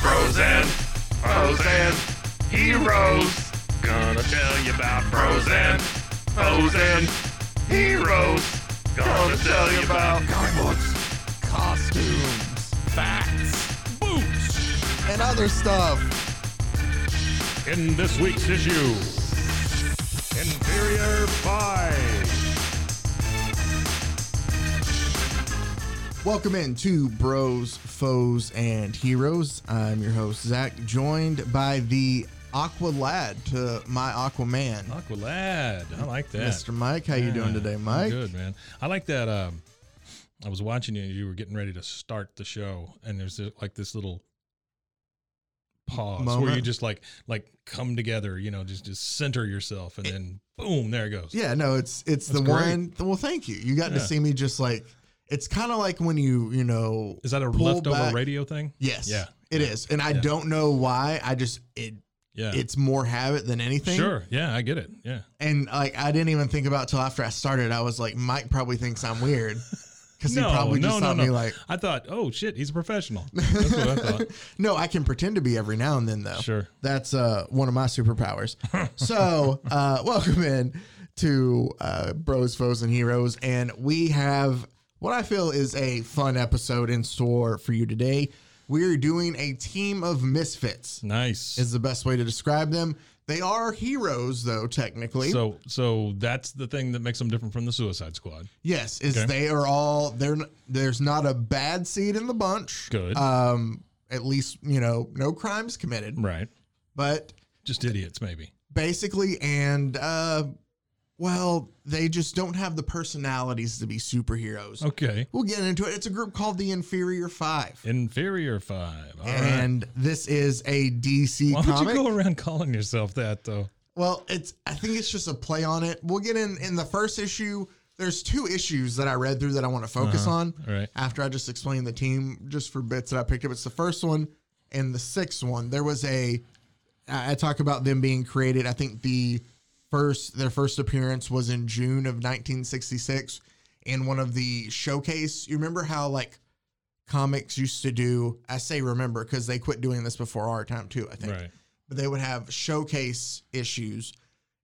Frozen, frozen, heroes. Gonna tell you about frozen, frozen, heroes. Gonna tell you about Guybooks, costumes, Facts boots, and other stuff. in this week's issue. Inferior Five. Welcome in to Bros, Foes, and Heroes. I'm your host, Zach, joined by the Aqua Lad to my Aquaman. Aqualad. I like that. Mr. Mike, how you doing Oh, Yeah, today, I'm Mike? good, man. I like that. Um, I was watching you. and You were getting ready to start the show, and there's uh, like this little pause where you Moment. just like like come together. You know, just just center yourself, and then boom, there it goes. Yeah, no, it's it's That's the great. one. Well, thank you. You got to Yeah. see me just like it's kind of like when you you know Is that a pull leftover back- radio thing? Yes. Yeah. it is, and I Yeah. don't know why. I just it Yeah. it's more habit than anything. sure. Yeah, I get it. Yeah. And like I didn't even think about it till after I started. I was like, Mike probably thinks I'm weird because he probably just saw me like. I thought, oh shit, he's a professional. That's what I thought. no, I can pretend to be every now and then though. Sure. That's uh, one of my superpowers. so, uh, welcome in to uh, Bros, Foes, and Heroes. And we have what I feel is a fun episode in store for you today. We're doing a team of misfits, Nice. is the best way to describe them. They are heroes, though, technically. so so that's the thing that makes them different from the Suicide Squad. yes, is Okay. they are all, they're, n- there's not a bad seed in the bunch. Good. Um, at least, you know, no crimes committed. right. But Just idiots, maybe. basically and uh well they just don't have the personalities to be superheroes Okay. we'll get into it it's a group called the inferior five Inferior five. All right. and this is a dc Why would comic you go around calling yourself that though? well it's i think it's just a play on it we'll get in in the first issue there's two issues that i read through that i want to focus on Uh-huh. All right. after i just explained the team just for bits that i picked up it's the first one and the sixth one there was a I I talk about them being created. I think the first their first appearance was in June of 1966 in one of the showcase. You remember how like comics used to do? I say remember because they quit doing this before our time too. I think, Right. but they would have showcase issues.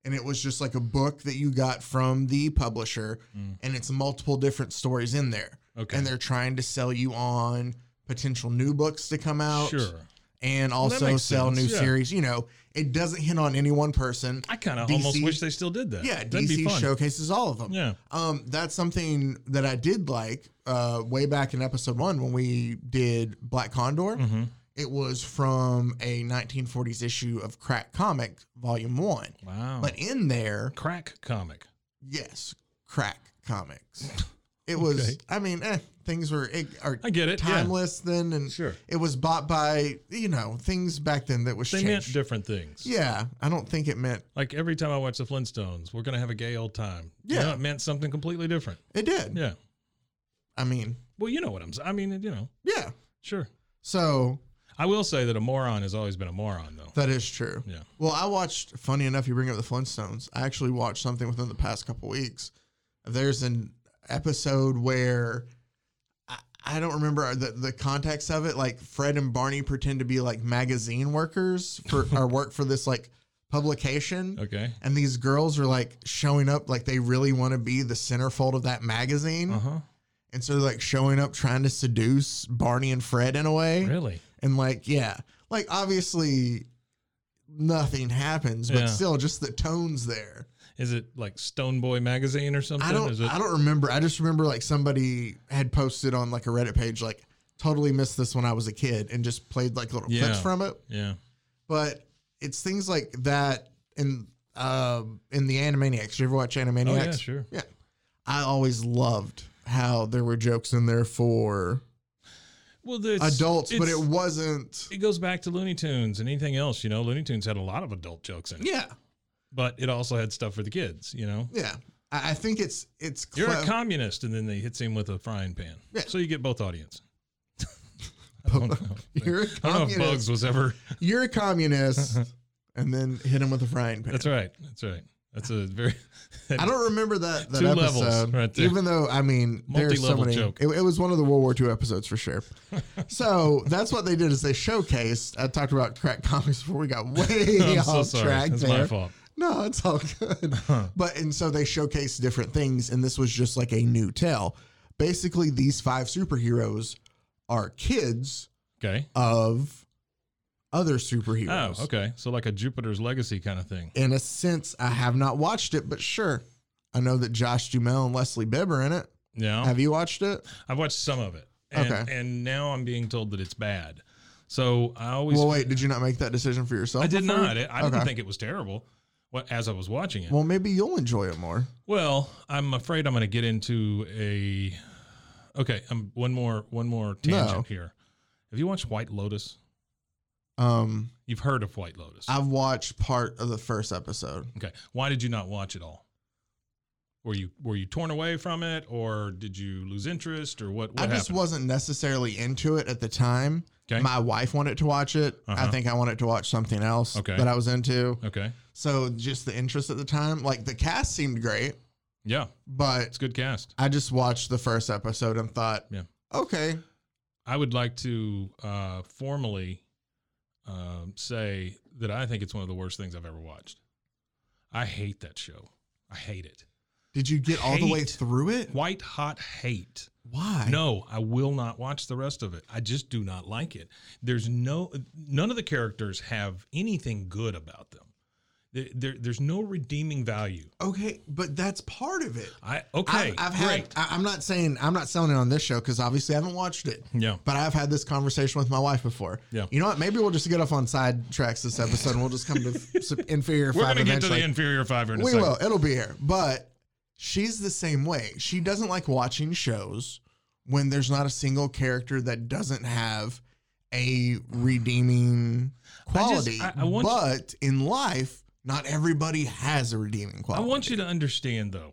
And it was just like a book that you got from the publisher, and it's multiple different stories in there. Mm. Okay. And they're trying to sell you on potential new books to come out Sure. and also makes sell sense, new yeah. series. You know, it doesn't hit on any one person. I kind of DC almost wish they still did that. yeah, That'd be DC fun. showcases all of them. Yeah. um, that's something that I did like uh, way back in episode one when we did Black Condor. Mm-hmm. It was from a 1940s issue of Crack Comic Volume One, Wow. but in there, crack comic. yes, Crack Comics. It was. Okay. I mean, eh, things were it, are I get it, yeah. timeless then, and Sure. it was bought by you know things back then that was They meant changed. different things. Yeah, I don't think it meant Like every time I watch the Flintstones, we're gonna have a gay old time. You Yeah. know, it meant something completely different. it did. Yeah. I mean, Well, you know what I'm. s- I mean, you know. yeah. Sure. So I will say that a moron has always been a moron, though. that is true. Yeah. Well, I watched. Funny enough, you bring up the Flintstones. I actually watched something within the past couple weeks. There's an episode where I, I don't remember the, the context of it. Like Fred and Barney pretend to be like magazine workers for or work for this like publication. Okay. And these girls are like showing up like they really want to be the centerfold of that magazine. Uh huh. And so they're like showing up trying to seduce Barney and Fred in a way. Really? And like, yeah. Like obviously nothing happens, but Yeah. still just the tones there. Is it like Stone Boy magazine or something? I Is don't it, I don't remember. I just remember like somebody had posted on like a Reddit page like totally missed this when I was a kid and just played like little clips Yeah. from it. Yeah. But it's things like that in um in the Animaniacs. You ever watch Animaniacs? Oh yeah, sure. Yeah. I always loved how there were jokes in there for Well, the adults, but it wasn't. it goes back to Looney Tunes and anything else. You know, Looney Tunes had a lot of adult jokes in it, Yeah. but it also had stuff for the kids. You know, Yeah. I, I think it's, it's, you're clev- a communist, and then they hits him with a frying pan, Yeah. so you get both audience. I don't know. You're a I don't know if Bugs communist. was ever. you're a communist and then hit him with a frying pan. That's right. That's right. That's a very. I don't remember that, that Two levels episode. right there. Even though, I mean, there's so Multi-level many. joke. It, it was one of the World War II episodes for sure. so that's what they did is they showcased. I talked about crack comics before we got way I'm off so sorry. track. That's there. my fault. No, it's all good. but and so they showcased different things, and this was just like a new tale. Basically, these five superheroes are kids Okay. of other Oh, superheroes. okay. So like a Jupiter's Legacy kind of thing. In a sense, I have not watched it, but sure. I know that Josh Dumel and Leslie Bibb are in it. Yeah. Have you watched it? I've watched some of it. And, Okay. And now I'm being told that it's bad. So I always. Well, wait, did you not make that decision for yourself? I did before? not. I I didn't Okay. think it was terrible. What as I was watching it. Well, Well, maybe you'll enjoy it more. I'm afraid I'm going to get into a. Okay. Um. One more. One more tangent No. here. Have you watched White Lotus? Um, You've heard of White Lotus. I've watched part of the first episode. okay. Why did you not watch it all? Were you were you torn away from it, or did you lose interest, or what? what I just happened? wasn't necessarily into it at the time. Okay. My wife wanted to watch it. I Uh-huh. think I wanted to watch something else Okay. that I was into. Okay. So just the interest at the time, like the cast seemed great, Yeah, but it's a good cast. I just watched the first episode and thought, Yeah. okay, I would like to uh, formally um, say that I think it's one of the worst things I've ever watched. I hate that show. I hate it. did you get all the way Hate. through it? White hot hate. Why? No, I will not watch the rest of it. I just do not like it. There's no none of the characters have anything good about them. There, there- there's no redeeming value. Okay, but that's part of it. I okay. I've, I've had. great. I, I'm not saying I'm not selling it on this show because obviously I haven't watched it. Yeah. But I've had this conversation with my wife before. Yeah. You know what? Maybe we'll just get off on sidetracks this episode. and We'll just come to some inferior We're five gonna get to eventually. the inferior five in a we second. will. It'll be here. But she's the same way. She doesn't like watching shows when there's not a single character that doesn't have a redeeming quality. I- I want you- but in life, not everybody has a redeeming I quality. want you to understand, though.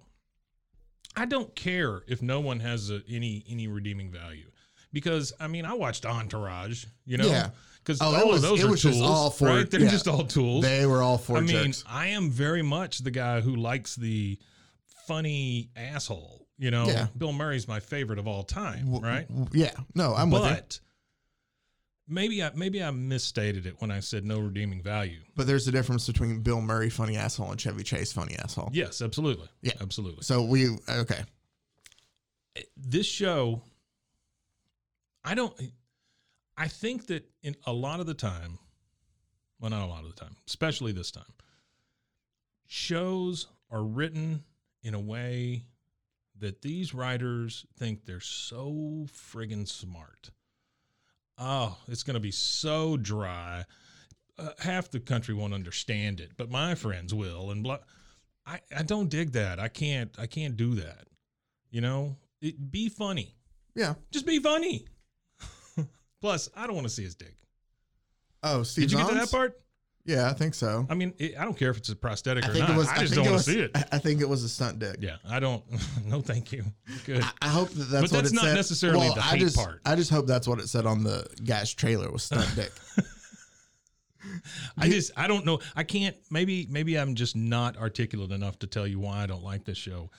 I don't care if no one has a, any any redeeming value, because I mean, I watched Entourage, you know, Yeah. because Oh, it all was- of those it are was tools, just all for- right? They're yeah. just all tools. They were all four I mean, jerks. I am very much the guy who likes the funny asshole. You know, Yeah. Bill Murray's my favorite of all time, W- right? w- Yeah. No, I'm with you. but maybe I maybe I misstated it when I said no redeeming value. But there's a difference between Bill Murray funny asshole and Chevy Chase funny asshole. Yes, absolutely. Yeah. absolutely. So we okay. this show i don't i think that in a lot of the time well not a lot of the time especially this time shows are written in a way that these writers think they're so friggin smart oh it's going to be so dry uh, half the country won't understand it but my friends will and blah I, I don't dig that i can't i can't do that you know, it, be funny. Yeah. Just be funny. Plus, I don't want to see his dick. Oh, Steve. Did you get to Zahn's? that part? Yeah, I think so. I mean, it, I don't care if it's a prosthetic or think not. I think just don't want was- to see it. I- I think it was a stunt dick. Yeah, I don't. no, thank you. Good. I, I hope that that's But what that's it not said. necessarily well, the I hate just, part. I just hope that's what it said on the guy's trailer was stunt dick. I just, I don't know. I can't. Maybe, maybe I'm just not articulate enough to tell you why I don't like this show.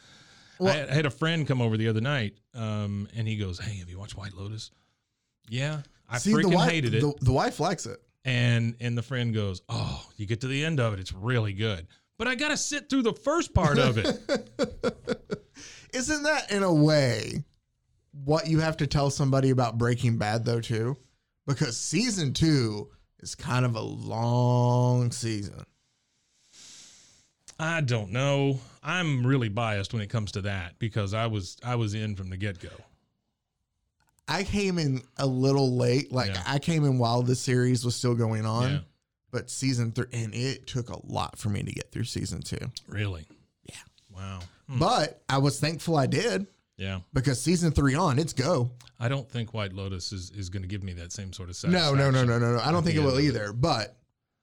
I, had- I had a friend come over the other night, um, and he goes, "Hey, have you watched White Lotus?" Yeah, I freaking the wife, hated it. The, the wife likes it. and and the friend goes, "Oh, you get to the end of it, it's really good." But I got to sit through the first part of it. Isn't that in a way what you have to tell somebody about Breaking Bad though too? Because season 2 is kind of a long season. I don't know. I'm really biased when it comes to that because I was I was in from the get-go. I came in a little late. Like Yeah. I came in while the series was still going on, Yeah. but season 3 and it took a lot for me to get through season 2. Really? Yeah. Wow. Hmm. But I was thankful I did Yeah. because season 3 on, it's go. I don't think White Lotus is, is going to give me that same sort of No, satisfaction. no, no, no, no, no. I don't at think the it will end of either. But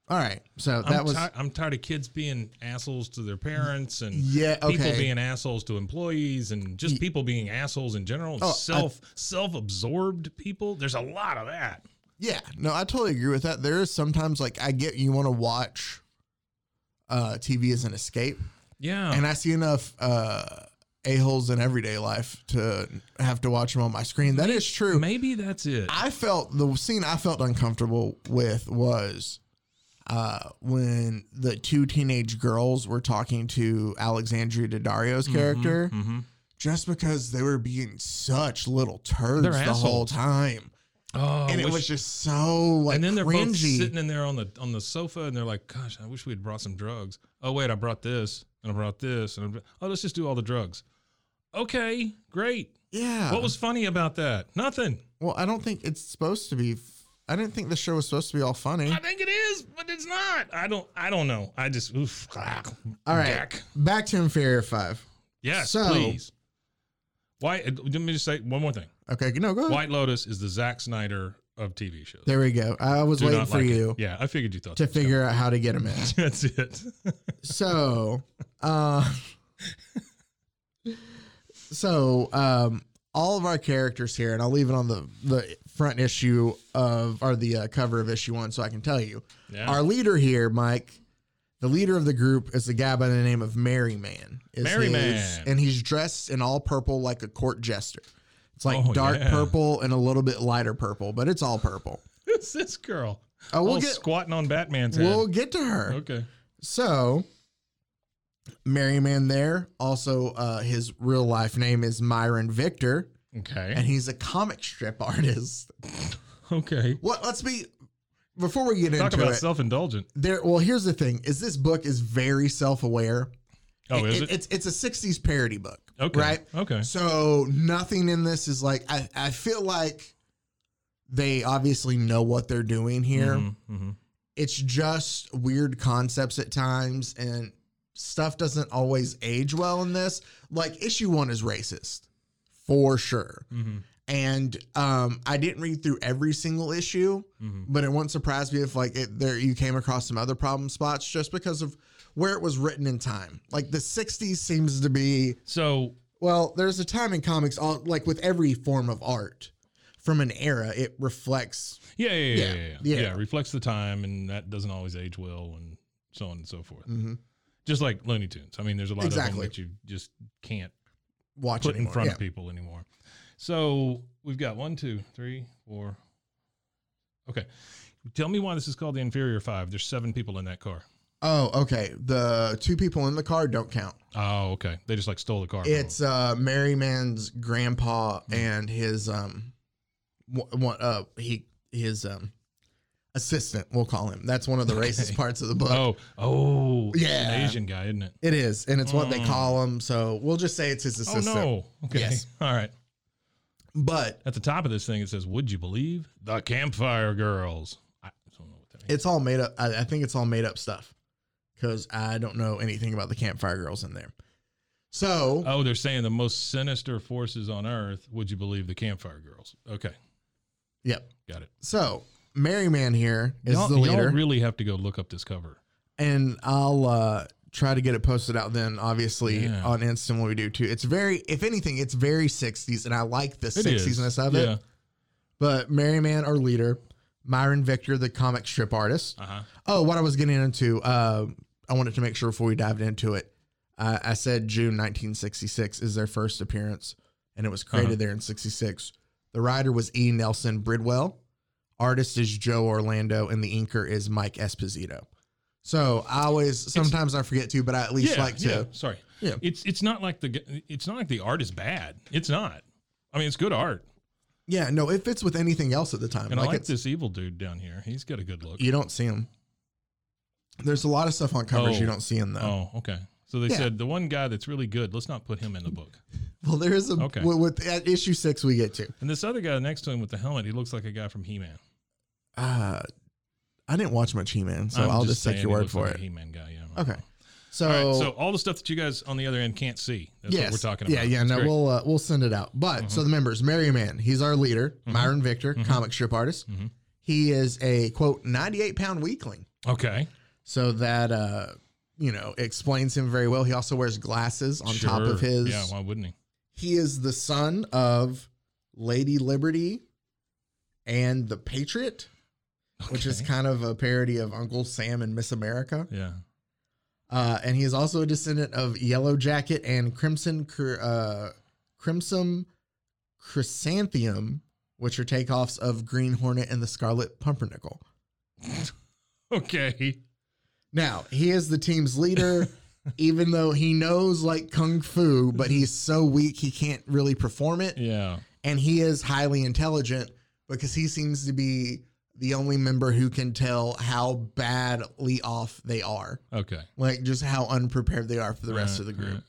all right. So I'm, that was ti- I'm tired of kids being assholes to their parents and Yeah, people okay. being assholes to employees and just people being assholes in general and Oh, I- self self-absorbed people. There's a lot of that. Yeah, no, I totally agree with that. There is sometimes like I get you want to watch uh TV as an escape, Yeah. and I see enough uh a holes in everyday life to have to watch them on my screen. That is true. Maybe that's it. I felt the scene I felt uncomfortable with was uh when the two teenage girls were talking to Alexandria Daddario's character Mhm. just because they were being such little turds They're the whole assholes. time. Oh, I and it wish- was just so like and then they're both cringy. sitting in there on the on the sofa, and they're like, "Gosh, I wish we had brought some drugs." Oh wait, I brought this, and I brought this, and I brought, oh, let's just do all the drugs. Okay, great. Yeah. What was funny about that? Nothing. Well, I don't think it's supposed to be. I didn't think the show was supposed to be all funny. I think it is, but it's not. I don't. I don't know. I just. Oof, ah, All right, yuck. back to Inferior Five. Yes, So- please. Why? uh, Let me just say one more thing. Okay, no, go ahead. White Lotus is the Zack Snyder of TV shows. There we go. I was Do waiting not for like it. you Yeah, I figured you thought to that was figure out how to get him in. coming. That's it. So, uh, so um, all of our characters here, and I'll leave it on the the front issue of or the uh, cover of issue one, so I can tell you. Yeah. Our leader here, Mike, the leader of the group is a guy by the name of Merry Man. is Merry his- Man. And he's dressed in all purple like a court jester. It's like Oh, dark yeah. purple and a little bit lighter purple, but it's all purple. Who's this girl? Oh, we'll All get squatting on Batman's head. we'll get to her. okay. So Merry Man there. Also, uh, his real life name is Myron Victor, and Okay. he's a comic strip artist. Okay. What let's be before we get Talk into about it. self-indulgent. there well, here's the thing is this book is very self-aware. Oh, is it? It's it's a '60s parody book, Okay. right? Okay. So nothing in this is like I. I feel like they obviously know what they're doing here. Mhm, mhm. It's just weird concepts at times, and stuff doesn't always age well in this. Like issue one is racist for sure, Mhm. and um, I didn't read through every single issue, Mhm. but it wouldn't surprise me if like it, there you came across some other problem spots just because of where it was written in time. Like the '60s seems to be So well, there's a time in comics, all, like with every form of art from an era, it reflects. yeah, yeah, yeah, yeah, yeah, yeah. Yeah, Reflects the time, and that doesn't always age well, and so on and so forth. Mhm. Just like Looney Tunes. I mean, there's a lot Exactly. of them that you just can't Watch put anymore. in front yeah. of people anymore. So we've got one, two, three, four. Okay. Tell me why this is called the inferior five. There's seven people in that car. Oh, okay. The two people in the car don't count. Oh, okay. They just like stole the car. from It's uh, Merry Man's grandpa Mm-hmm. and his um, wha- wha- uh, he his um, assistant. We'll call him. That's one of the racist parts of the book. Oh, oh, it's an Yeah. Asian guy, isn't it? It is, and it's what they Mm. call him. So we'll just say it's his Oh assistant. no. Okay. Yes. All right. But At the top of this thing, it says, "Would you believe the Campfire Girls?" I don't know what that means. it's all made up. I, I think it's all made up stuff because I don't know anything about the Campfire Girls in there. So oh, they're saying the most sinister forces on Earth. Would you believe the Campfire Girls? Okay, Yep. got it. So Merry Man here is y'all, the y'all leader, really have to go look up this cover. and I'll uh, try to get it posted out then. Obviously Yeah. on Instant when we do too. It's very, if anything, it's very '60s, and I like the It is. '60s ness of yeah. it. But Merry Man, our leader, Myron Victor, the comic strip artist. Uh huh. Oh, what I was getting into, uh, I wanted to make sure before we dived into it. Uh, I said June 1966 is their first appearance, and it was created Uh-huh. there in 66. The writer was E. Nelson Bridwell. Artist is Joe Orlando, and the inker is Mike Esposito. So I always, sometimes I forget to, but I at least like to. yeah. Sorry. Yeah. It's it's not like the g- it's not like the art is bad. It's not. I mean, it's good art. Yeah, no, it fits with anything else at the time. And I like it's, this evil dude down here. He's got a good look. You don't see them. There's a lot of stuff on covers Oh. you don't see in though. Oh, okay. So they Yeah. said the one guy that's really good. Let's not put him in the book. Well, there is a Okay. with, with at issue six we get to. And this other guy next to him with the helmet, he looks like a guy from He-Man. Uh, I didn't watch much He-Man, so I'm i will just, saying take your he word looks for like A it. He-Man guy. Yeah. Okay. So, All right, so all the stuff that you guys on the other end can't see. That's yes, what we're talking about. yeah, yeah. That's No, great. Mm-hmm. we'll uh, we'll send it out. But so the members: Merry Man, he's our leader. Myron Victor, comic strip artist. Mhm. He is a quote 98 pound weakling. Okay. so that uh you know explains him very well he also wears glasses on top of Sure. his Yeah, why wouldn't he? he is the son of lady liberty and the patriot which is Okay. kind of a parody of uncle sam and miss america Yeah. uh, and he is also a descendant of yellow jacket and crimson Cr- uh, crimson chrysanthemum which are takeoffs of green hornet and the scarlet pumpernickel Okay. Now, he is the team's leader, even though he knows like kung fu, but he's so weak he can't really perform it. Yeah. And he is highly intelligent because he seems to be the only member who can tell how badly off they are, Okay. like just how unprepared they are for the rest Right, of the group. right.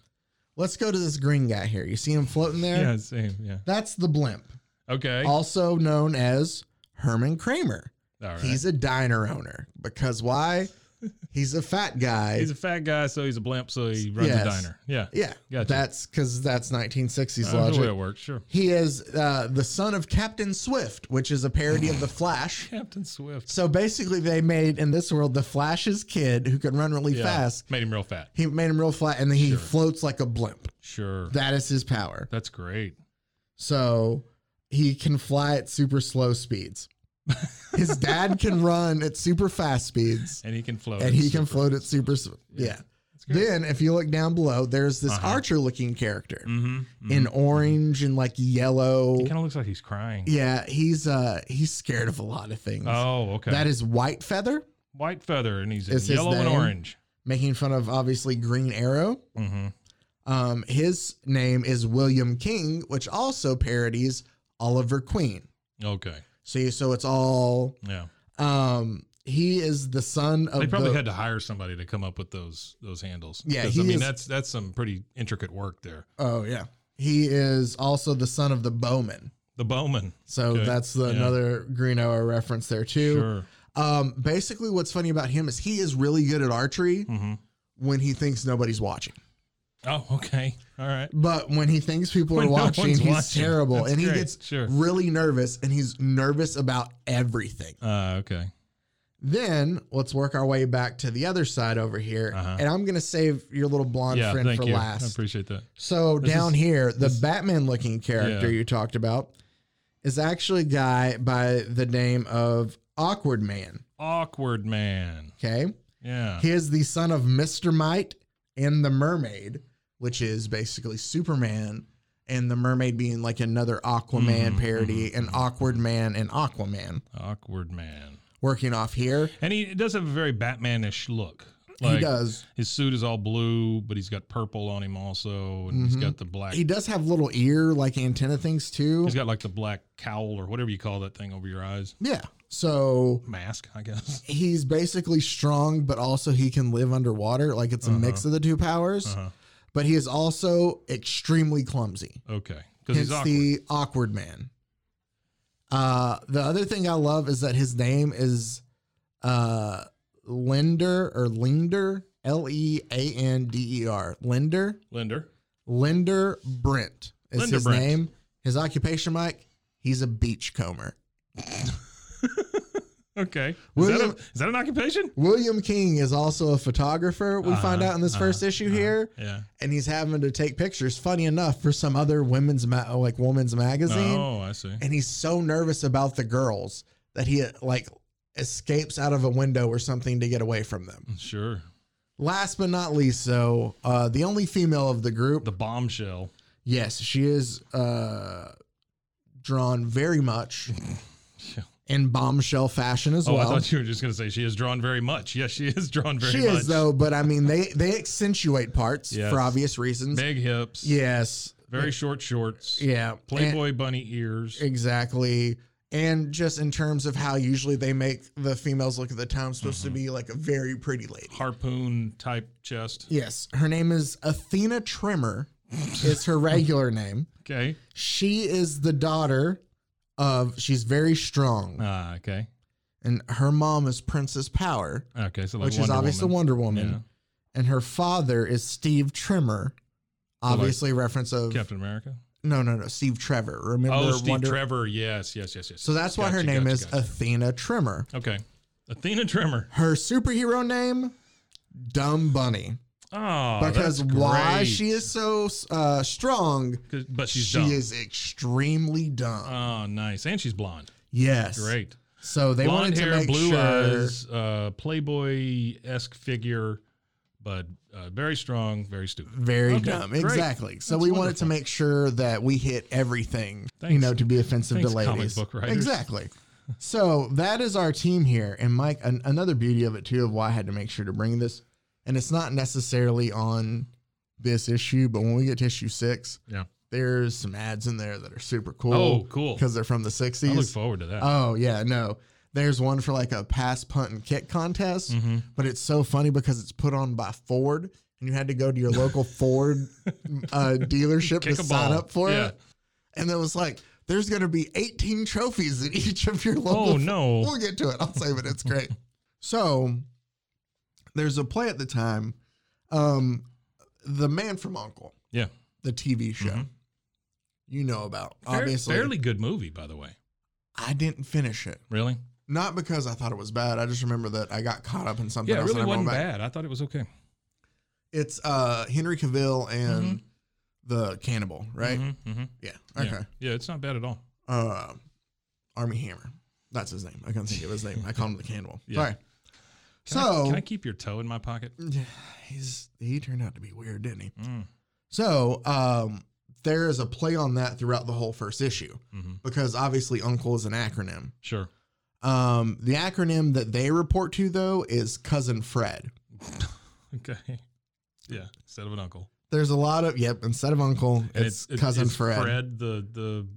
Let's go to this green guy here. You see him floating there? Yeah. Same. Yeah. That's the blimp, Okay. also known as Herman Kramer. all right. He's a diner owner because why? He's a fat guy. He's a fat guy, so he's a blimp, so he runs Yes. a diner. Yeah. Yeah, Gotcha. that's because that's 1960s Uh, That's the way it logic. works. Sure. He is uh, the son of Captain Swift, which is a parody of the Flash. Captain Swift. So basically, they made in this world the Flash's kid who can run really Yeah. fast. Made him real fat. He made him real flat, and then he floats like a blimp. Sure. That is his power. That's great. So he can fly at super slow speeds. His dad can run at super fast speeds, And he can float. and It's he can super- float at super. s- Yeah. great. Then, if you look down below, there's this Uh-huh. archer-looking character. Mhm, mhm. in orange and like yellow. He kind of looks like he's crying. Yeah, he's uh he's scared of a lot of things. Oh, okay. That is White Feather, white feather, and he's in Is his yellow and name? orange. making fun of obviously Green Arrow. Mm-hmm. Um, his name is William King, which also parodies Oliver Queen. Okay. See, so it's all Yeah. um he is the son of They probably the, had to hire somebody to come up with those those handles. Yeah, 'Cause, he I mean is- that's that's some pretty intricate work there. Oh yeah. He is also the son of the Bowman. The bowman. So Okay, that's the, yeah. another Green Arrow reference there too. Sure. Um, basically, what's funny about him is he is really good at archery Mhm. when he thinks nobody's watching. Oh, okay. All right. But when he thinks people When are no watching, one's he's watching. terrible, That's and he great. gets Sure. really nervous, and he's nervous about everything. Uh, okay. Then let's work our way back to the other side over here, Uh-huh. and I'm gonna save your little blonde yeah. friend Thank for you. I last. appreciate that. So This down is- here, the Batman-looking character Yeah. you talked about is actually a guy by the name of Awkward Man. Awkward man. Okay. Yeah. He is the son of Mr. Mite and the Mermaid, which is basically Superman, and the Mermaid being like another Aquaman Mm-hmm, parody, an awkward man and Aquaman Awkward man. working off here. And he does have a very Batmanish look. Like he does. His suit is all blue, but he's got purple on him also, and he's got the black. Mm-hmm. He does have little ear like antenna things too. he's got like the black cowl or whatever you call that thing over your eyes. yeah. So Mask, I guess. he's basically strong, but also he can live underwater. Like it's a Uh-huh. mix of the two powers. But he is also extremely clumsy. Okay, because Hence he's awkward. the awkward man. Uh, the other thing I love is that his name is uh, Linder or Linder, L E A N D E R, Linder, Linder. Linder Brent is Linder his Brent. name. His occupation, Mike, he's a beachcomber. Okay. Is, William- that a- is that an occupation? William King is also a photographer. We find Uh-huh, out in this uh-huh, first issue here, Yeah. and he's having to take pictures. Funny enough, for some other women's ma- like woman's magazine. Oh, I see. and he's so nervous about the girls that he like escapes out of a window or something to get away from them. Sure. Last but not least, so uh, the only female of the group, The bombshell. yes, she is uh, drawn very much in bombshell fashion as Oh, well. I thought you were just going to say she is drawn very much. Yes, she is drawn very she much. is though, but I mean they they accentuate parts Yes. for obvious reasons. Big hips. Yes. Very short shorts. Yeah. Playboy bunny ears. And- exactly. And just in terms of how usually they make the females look at the time, supposed to be like a very pretty lady. Harpoon type chest. Yes, her name is Athena Trimmer. is her regular name. Okay. She is the daughter of. She's very strong, Ah, okay. and her mom is Princess Power, Okay. So like which is Wonder obviously Woman. Wonder Woman, Yeah. and her father is Steve Trimmer. Oh, like- Obviously, reference of Captain America. no, no, no, Steve Trevor. Remember Oh, Steve Wonder. Trevor. Yes, yes, yes, yes. So that's why Gotcha, her name gotcha, is gotcha. Athena Trimmer. okay. Athena Trimmer. Her superhero name, Dumb Bunny, Oh, because that's why great. she is so uh, strong 'Cause- But she's she dumb. is extremely dumb. Oh, nice. And she's blonde. yes. Great. So they blonde wanted to hair, make blue sure. eyes, uh, Playboy esque figure, but uh, very strong, very stupid. Very Okay, dumb. great. Exactly. So That's we wanted to wonderful. make sure that we hit everything, you Thanks. know, to be offensive Thanks, to comic ladies. book writers. exactly. So that is our team here. And Mike, an- another beauty of it, too, of why I had to make sure to bring this, and it's not necessarily on this issue, but when we get to issue six, Yeah. there's some ads in there that are super cool. Oh, cool. Because they're from the 60s. I look forward to that. Oh yeah, no. There's one for like a pass, punt, and kick contest, Mhm. but it's so funny because it's put on by Ford, and you had to go to your local Ford uh, dealership to Kick a sign ball. up for Yeah. it. And it was like, there's going to be 18 trophies in each of your local. Oh, no. We'll get to it. I'll save it. It's great. so there's a play at the time, um, The Man from Uncle, Yeah. the TV show. Mhm. You know about Fair- obviously. Fairly good movie, by the way. I didn't finish it. Really? Not because I thought it was bad. I just remember that I got caught up in something. Yeah, it else really and I went wasn't back. bad. I thought it was okay. It's uh, Henry Cavill and the cannibal, right? Mm-hmm, hmm Yeah. Okay. Yeah. Yeah, it's not bad at all. Uh, Army Hammer. That's his name. I couldn't think of his name. I call him the cannibal. Yeah. Sorry. Can I- so can I keep your toe in my pocket? Yeah, he's he turned out to be weird, didn't he? Mm. So um, there is a play on that throughout the whole first issue Mhm. because obviously Uncle is an acronym. Sure. Um, the acronym that they report to though is Cousin Fred. Okay. Yeah. Instead of an uncle. There's a lot of yep. Instead of uncle, And it's, cousin it's Fred. Fred, the the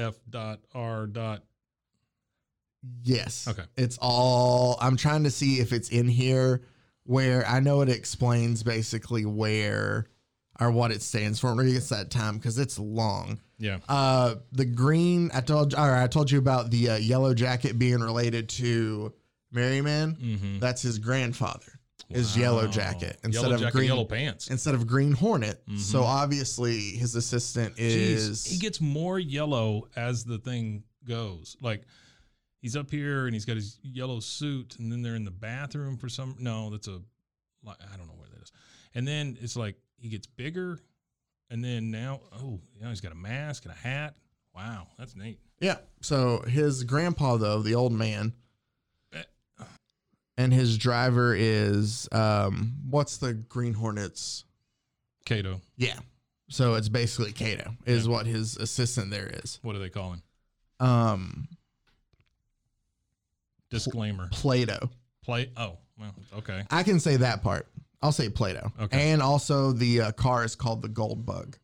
F dot R dot. Yes. Okay. It's all. I'm trying to see if it's in here where I know it explains basically where or what it stands for. I'm gonna get that time because it's long. Yeah. Uh, the green. I told. All right. I told you about the uh, yellow jacket being related to Merryman. Mm-hmm. That's his grandfather. Is yellow jacket instead yellow of jacket, green yellow pants. instead of green hornet. Mhm. So obviously his assistant is. Jeez, he gets more yellow as the thing goes. Like he's up here and he's got his yellow suit, and then they're in the bathroom for some. No, that's a. like, I don't know where that is. And then it's like he gets bigger, and then now oh now he's got a mask and a hat. Wow, that's neat. Yeah. So his grandpa, though, the old man, and his driver is um, what's the Green Hornets? Kato, Yeah. So it's basically Kato is what his assistant there is. what do they call him? Um, Disclaimer. Plato. Play. Oh, well, okay. I can say that part. I'll say Plato. Okay. And also the uh, car is called the Gold Bug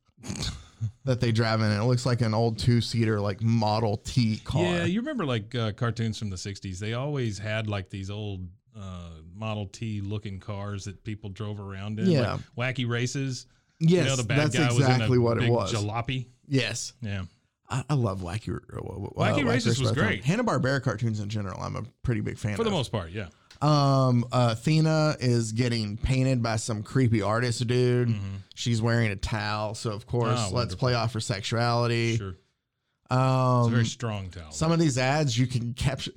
that they drive in. It looks like an old two seater like Model T car. Yeah, you remember like uh, cartoons from the '60s? They always had like these old uh, Model T looking cars that people drove around in. Yeah. like wacky races. yes, you know, the bad that's guy exactly was in a what big it was. Jalopy. yes. Yeah, I, I love wacky. uh, Wacky, Races was Spectrum. great. Hanna Barbera cartoons in general, I'm a pretty big fan. for of. the most part. Yeah, um, Athena is getting painted by some creepy artist dude. She's wearing a towel, so of course, Mm-hmm. Ah, let's wonderful. play off her sexuality. sure. It's a Um, very strong towel. some of these ads you can capture.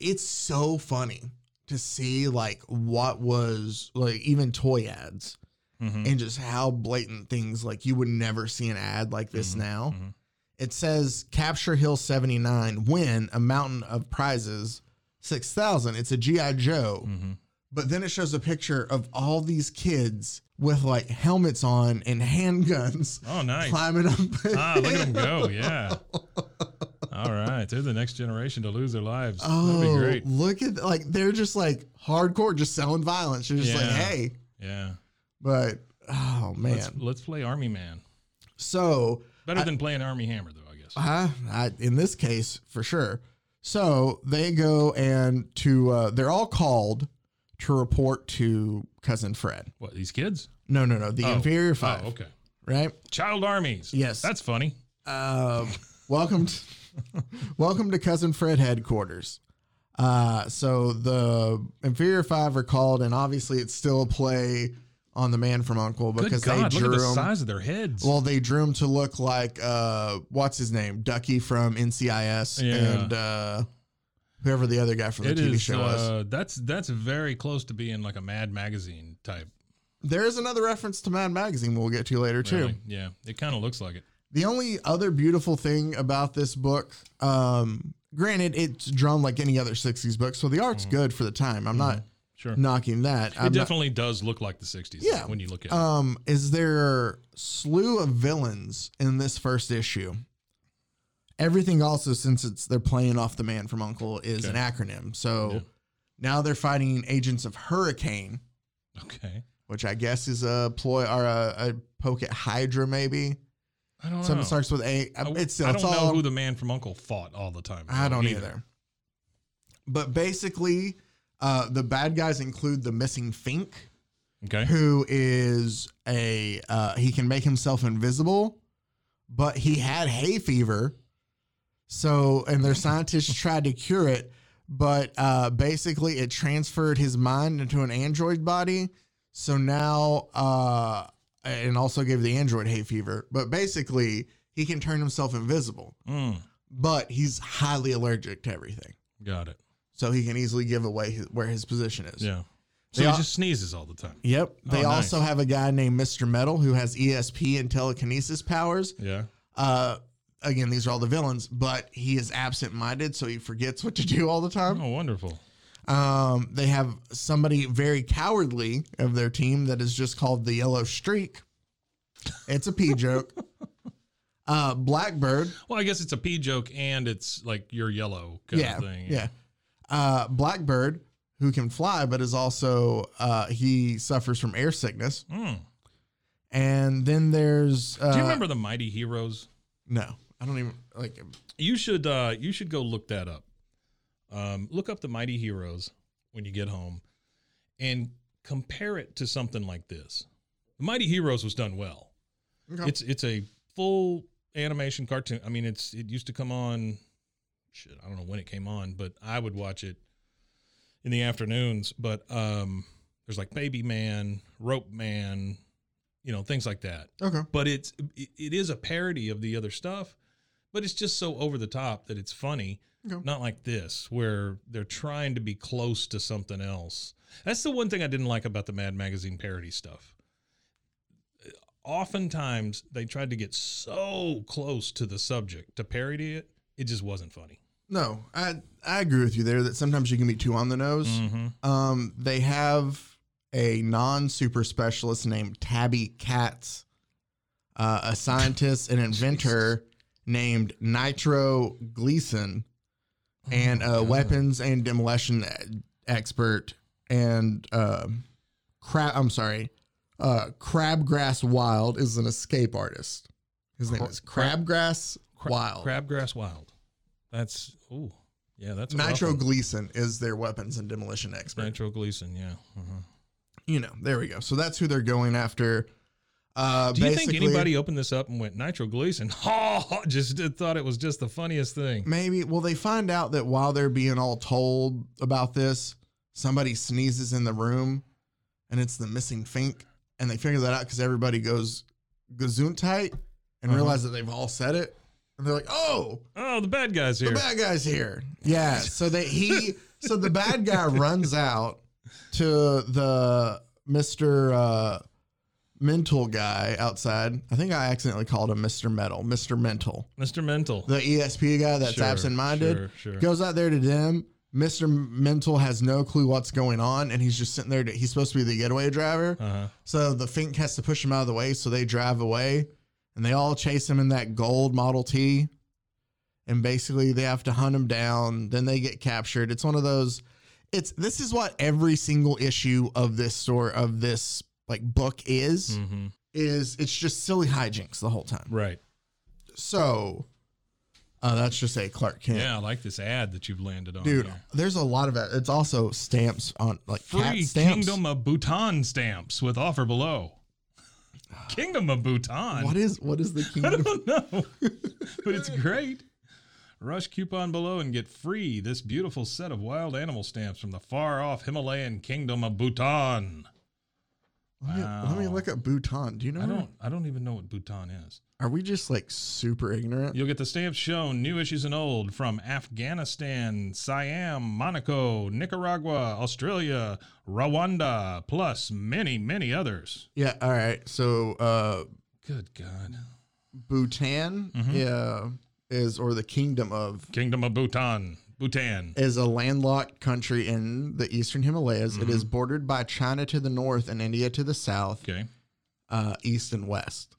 It's so funny to see like what was like even toy ads Mhm. and just how blatant things like you would never see an ad like this now. mhm. It says capture Hill 79 win a mountain of prizes 6000 it's a GI Joe. Mhm. But then it shows a picture of all these kids with like helmets on and handguns Oh, nice. climbing up. Ah, look at him go. Yeah. All right, they're the next generation to lose their lives. That'd be great. Oh, look at like they're just like hardcore, just selling violence. You're just like, Yeah. hey, Yeah, but oh man. let's let's play Army Man. so Better than playing Army Hammer, though, I guess. Uh, I, in this case, for sure. So they go and to uh, they're all called to report to cousin Fred. What these kids? No, no, no, the Oh. inferior Oh, five, okay. right? Child armies. Yes. that's funny. Um, welcome, to, welcome to cousin Fred headquarters. Uh, so the inferior five are called, and obviously it's still a play on the man from Uncle because Good God, they look at drew the him. size of their heads. Well, they drew him to look like uh, what's his name, Ducky from NCIS, Yeah. and uh, whoever the other guy from the it TV is. show was. Uh, that's that's very close to being like a Mad Magazine type. There is another reference to Mad Magazine we'll get to later too. really. Yeah, it kind of looks like it. The only other beautiful thing about this book, um, granted, it's drawn like any other '60s book, so the art's good for the time. I'm not Sure. knocking that. Mm-hmm. it I'm not- definitely does look like the '60s. Yeah. when you look at it. um, is there slew of villains in this first issue? Everything also, since it's they're playing off the man from Uncle, is an acronym. So Yeah. now they're fighting agents of Hurricane, Okay, which I guess is a ploy or a, a poke at Hydra, maybe. I don't Something know. starts with a. I, It's still. I it's don't know all, who the man from Uncle fought all the time. I don't either. But basically, uh, the bad guys include the missing Fink, Okay. who is a uh, he can make himself invisible, but he had hay fever. So and their scientists tried to cure it, but uh, basically it transferred his mind into an android body. So now uh, and also gave the android hay fever. But basically he can turn himself invisible, Mm, but he's highly allergic to everything. got it. So he can easily give away his, where his position is. Yeah. So They he al- just sneezes all the time. Yep. They Oh, also have a guy named Mr. Metal who has ESP and telekinesis powers. Yeah. Uh, again, these are all the villains, but he is absent minded, so he forgets what to do all the time. Oh, wonderful. Um, they have somebody very cowardly of their team that is just called the Yellow Streak. It's a pee joke. Uh, Blackbird. Well, I guess it's a pee joke and it's like you're yellow kind Yeah. of thing. Yeah. Uh, Blackbird, who can fly, but is also, uh, he suffers from air sickness. Mm. And then there's. Uh, Do you remember the Mighty Heroes? No, I don't even like. You should uh, you should go look that up. Um, look up the Mighty Heroes when you get home, and compare it to something like this. The Mighty Heroes was done well. It's it's a full animation cartoon. I mean, it's it used to come on. Shit, I don't know when it came on, but I would watch it in the afternoons. But um, there's like Baby Man, Rope Man, you know, things like that. Okay. But it's it, it is a parody of the other stuff, but it's just so over the top that it's funny. Okay. Not like this, where they're trying to be close to something else. That's the one thing I didn't like about the Mad Magazine parody stuff oftentimes they tried to get so close to the subject to parody it, it just wasn't funny. No, I I agree with you there that sometimes you can be too on the nose. Um, they have a non super specialist named Tabby Katz, uh, a scientist and inventor named Nitro Gleason, Oh and a weapons and demolition e- expert and uh, crab. I'm sorry, uh, Crabgrass Wild is an escape artist. His name is Crabgrass Cra- Wild. Crabgrass Wild. That's ooh, yeah, that's a rough Nitro one. Gleason is their weapons and demolition expert. Nitro Gleason. Yeah. Uh-huh. You know, there we go. So that's who they're going after. Uh, Do you basically, think anybody opened this up and went Nitro Gleason? Oh, just did- thought it was just the funniest thing. Maybe. Well, they find out that while they're being all told about this, somebody sneezes in the room, and it's the missing Fink, and they figure that out because everybody goes Gesundheit Uh-huh. and realize that they've all said it, and they're like, "Oh, Oh, the bad guys here. the bad guy's here." Yeah. So that he, so the bad guy runs out to the Mister uh, Mental guy outside. I think I accidentally called him Mister Metal, Mister Mental Mr. Mental. the ESP guy that's Sure, absent-minded sure, sure. goes out there to them. Mr. Mental has no clue what's going on, and he's just sitting there. To, he's supposed to be the getaway driver, Uh-huh. so the Fink has to push him out of the way. So they drive away, and they all chase him in that gold Model T, and basically they have to hunt them down. Then they get captured. It's one of those. It's this is what every single issue of this store of this like book is Mm-hmm. is it's just silly hijinks the whole time. Right. So uh, that's just a Clark Kent. Yeah, I like this ad that you've landed on. Dude, there. there's a lot of it. It's also stamps on like cat Free stamps. Kingdom of Bhutan stamps with offer below. Kingdom of Bhutan. What is what is the kingdom? I don't know, but it's great. Rush coupon below and get free this beautiful set of wild animal stamps from the far off Himalayan kingdom of Bhutan. Let me, let me Wow. look up Bhutan. Do you know? I don't. I don't even know what Bhutan is. Are we just like super ignorant? You'll get the stamps shown, new issues and old, from Afghanistan, Siam, Monaco, Nicaragua, Australia, Rwanda, plus many, many others. Yeah. All right. So uh, Good God. Bhutan, Mm-hmm. yeah, is or the kingdom of Kingdom of Bhutan. Bhutan. is a landlocked country in the eastern Himalayas. It Mm-hmm. is bordered by China to the north and India to the south, Okay. uh, east and west.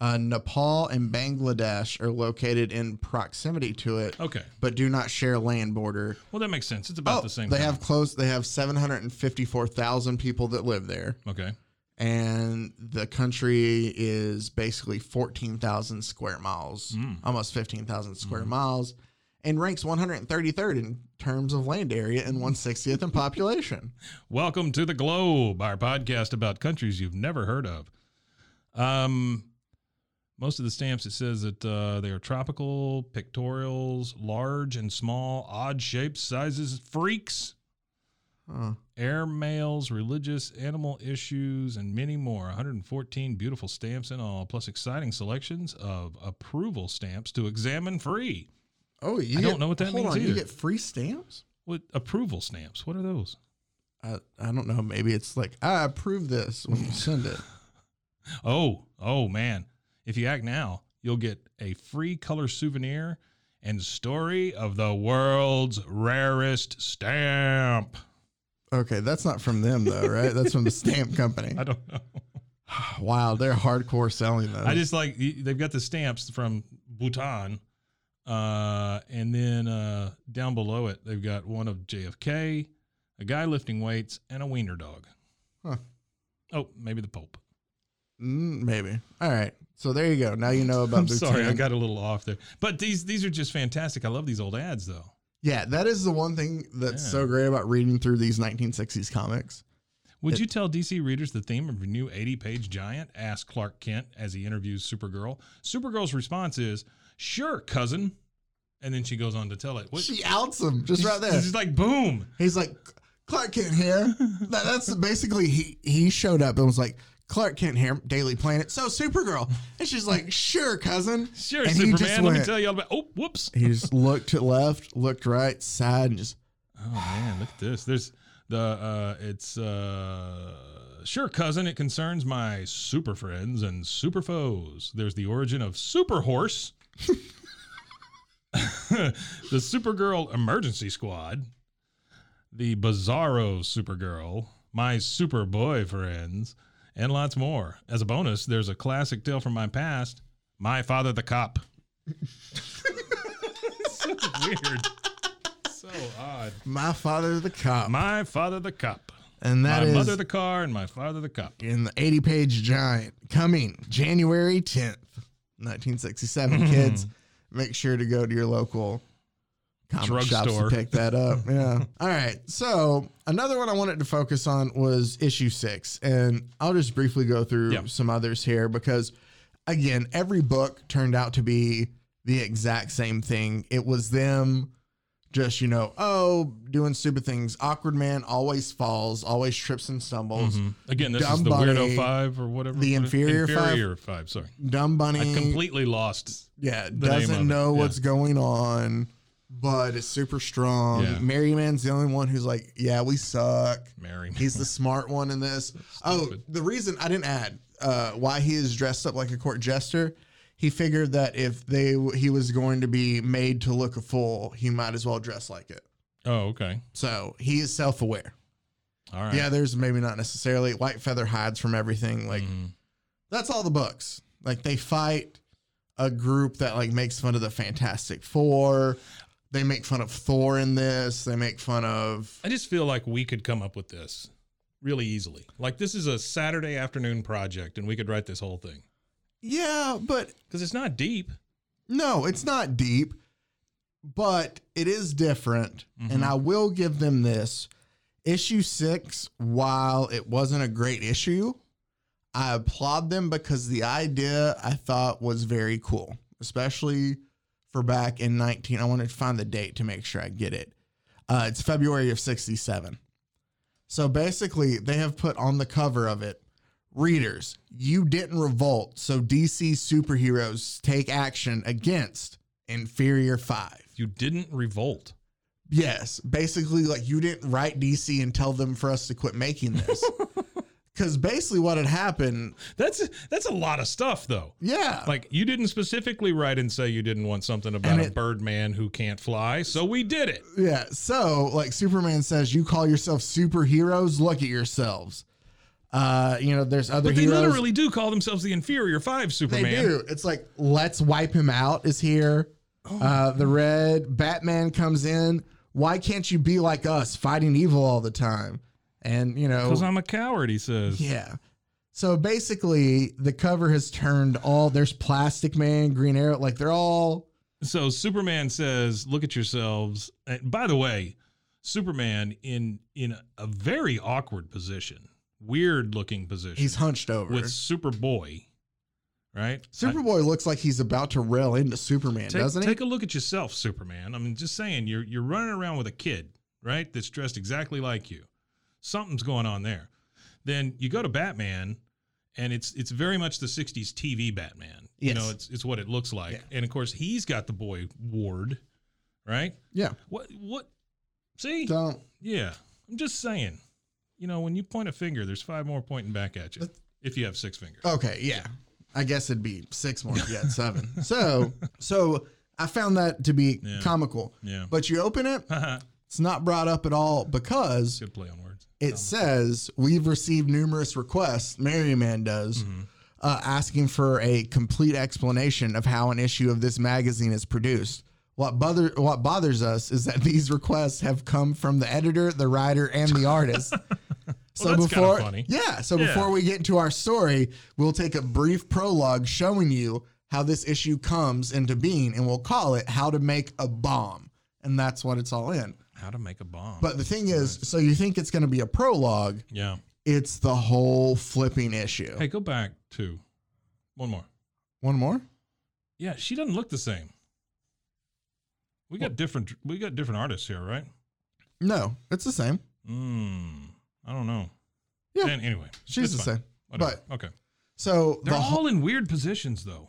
Uh, Nepal and Bangladesh are located in proximity to it, Okay. but do not share land border. Well, that makes sense. It's about Oh, the same. they thing. have close. They have seven hundred and fifty-four thousand people that live there. Okay. and the country is basically 14,000 square miles, almost 15,000 square miles, and ranks 133rd in terms of land area and 160th in population. Welcome to the Globe, our podcast about countries you've never heard of. Um, most of the stamps it says that uh, they are tropical pictorials, large and small, odd shapes, sizes, freaks, Huh. air mails, religious, animal issues, and many more. 114 beautiful stamps in all, plus exciting selections of approval stamps to examine free. Oh, you I don't know what that hold means on, You either. get free stamps? What approval stamps? What are those? I, I don't know. Maybe it's like, I approve this when you send it. Oh, oh man. If you act now, you'll get a free color souvenir and story of the world's rarest stamp. Okay, that's not from them, though, right? That's from the stamp company. I don't know. Wow, they're hardcore selling those. I just like y- they've got the stamps from Bhutan. Uh, and then uh, down below it, they've got one of JFK, a guy lifting weights, and a wiener dog. Huh. Oh, maybe the Pope. Mm, maybe. All right. So there you go. Now you know about I'm sorry, I Bhutan. got a little off there. But these these are just fantastic. I love these old ads though. Yeah, that is the one thing that's Yeah. so great about reading through these 1960s comics. Would It- you tell DC readers the theme of your new 80 page giant? asked Clark Kent as he interviews Supergirl. Supergirl's response is, Sure, cousin. And then she goes on to tell it. What- She outs him just right there. It's just like, boom. He's like, Clark Kent here. That, that's basically he he showed up and was like, Clark Kent here, Daily Planet. So Supergirl, and she's like, sure, cousin. Sure, and He just, Superman. Let me went, tell you all about. Oh, whoops. he just looked to left, looked right, sighed, and just Oh, man, look at this. There's the, uh, it's, uh, sure, cousin. It concerns my super friends and super foes. There's the origin of Super Horse, the Supergirl Emergency Squad, the Bizarro Supergirl, my super boyfriends, and lots more. As a bonus, there's a classic tale from my past, My Father the Cop. so weird. So odd. my father the cop, My father the cop. and that my is mother the car and my father the cop. in the 80 page giant coming January 10th, 1967. Mm-hmm. Kids, make sure to go to your local comic Drug shops store. to pick that up. yeah. All right. So, another one I wanted to focus on was issue six. And I'll just briefly go through Yeah. some others here because, again, every book turned out to be the exact same thing. It was them just you know oh doing stupid things awkward man always falls always trips and stumbles Again, this is Mm-hmm. Dumb Buddy, the weirdo five or whatever. the what- inferior five. inferior five. Sorry, dumb bunny I completely lost. yeah the name of it, doesn't know yeah. what's going on but is super strong Yeah. Merry man's the only one who's like yeah we suck Mary. he's the smart one in this oh the reason i didn't add uh, why he is dressed up like a court jester he figured that if they he was going to be made to look a fool he might as well dress like it oh, okay. so he is self-aware All right. yeah there's maybe not necessarily white feather hides from everything like Mhm. that's all the books. Like they fight. a group that like makes fun of the Fantastic Four. They make fun of Thor in this. They make fun of I just feel like we could come up with this really easily. Like this is a Saturday afternoon project, and we could write this whole thing yeah, but because it's not deep. No, it's not deep, but it is different. And I will give them this. Issue six, while it wasn't a great issue, I applaud them because the idea I thought was very cool, especially for back in 19. I wanted to find the date to make sure I get it. Uh, it's February of 67. So basically, they have put on the cover of it readers, you didn't revolt, so DC superheroes take action against Inferior Five. You didn't revolt. Yes, basically, like you didn't write DC and tell them for us to quit making this. Because basically, what had happened, That's that's a lot of stuff, though. yeah, Like you didn't specifically write and say you didn't want something about And a it- birdman who can't fly, so we did it. Yeah. So, like Superman says, you call yourself superheroes. Look at yourselves. Uh, you know, there's other But they heroes. literally do call themselves the inferior five they Superman. Oh do. It's like let's wipe him out is here. Uh, the red Batman comes in. Why can't you be like us, fighting evil all the time? And you know, Because I'm a coward, he says. Oh. yeah. So basically, the cover has turned all. There's Plastic Man, Green Arrow. Like they're all So Superman says, "Look at yourselves." And by the way, Superman in in a very awkward position, weird looking position. he's hunched over. with Superboy, right? Superboy looks like he's about to rail into Superman, I- take, doesn't he? take a look at yourself, Superman. I'm just saying, you're you're running around with a kid, right? That's dressed exactly like you. Something's going on there. Then you go to Batman, and it's it's very much the '60s TV Batman. You Yes. know, it's it's what it looks like. And of course, he's got the boy Ward, right? yeah. What what? See, Don't. yeah. I'm just saying. You know, when you point a finger, there's five more pointing back at you. If you have six fingers. Okay, yeah. I guess it'd be six more. Yeah, it's seven. So, so I found that to be Yeah. comical. Yeah. But you open it, it's not brought up at all because Good play on words. it says we've received numerous requests. Merry Man does. Mm-hmm. Uh, asking for a complete explanation of how an issue of this magazine is produced. What bother what bothers us is that these requests have come from the editor, the writer, and the artist. So that's kinda before, funny. yeah. So Yeah. before we get into our story, we'll take a brief prologue showing you how this issue comes into being, and we'll call it "How to Make a Bomb," and that's what it's all in. How to make a bomb. But the thing is, so you think it's going to be a prologue? yeah. It's the whole flipping issue. Hey, go back to one more. One more. Yeah, she doesn't look the same. We got different. We got different artists here, right? No, it's the same. Hmm. I don't know. Yeah. An- anyway, She's it's the fine. same. Whatever. okay, So they're the whole all in weird positions, though.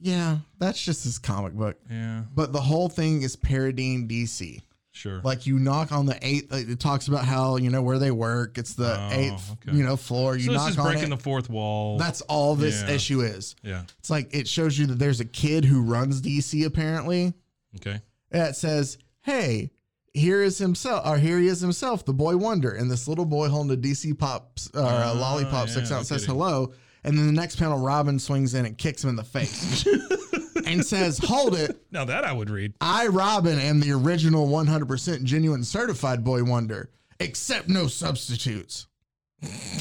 yeah, that's just his comic book. Yeah. But the whole thing is parodying DC. Sure. Like you knock on the eighth, like it talks about how you know where they work. It's the Oh, eighth, okay. you know, floor. You so this knock is on breaking it. the fourth wall. That's all this Yeah. issue is. yeah. It's like it shows you that there's a kid who runs DC apparently Okay. that says, "Hey, here is himself, or here he is himself, the boy wonder." And this little boy holding a DC pop or a Oh, lollipop yeah, sticks out no and says kidding. hello. And then the next panel, Robin swings in and kicks him in the face and says, "Hold it." Now that I would read. I, Robin, am the original 100% genuine certified boy wonder, except no substitutes.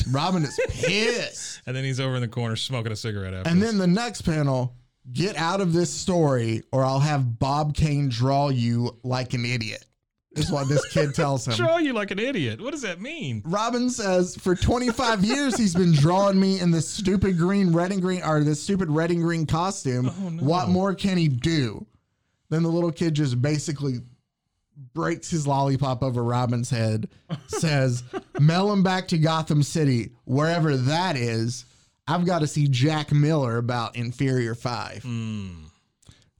Robin is pissed. And then he's over in the corner smoking a cigarette after. and then the next panel get out of this story, or I'll have Bob Kane draw you like an idiot, is what this kid tells him. draw "Oh, you like an idiot. What does that mean? Robin says for 25 years he's been drawing me in this stupid green red and green or this stupid red and green costume. Oh, What more can he do? Then the little kid just basically breaks his lollipop over Robin's head, says, "Mail him back to Gotham City, wherever that is. I've got to see Jack Miller about Inferior 5." Hmm.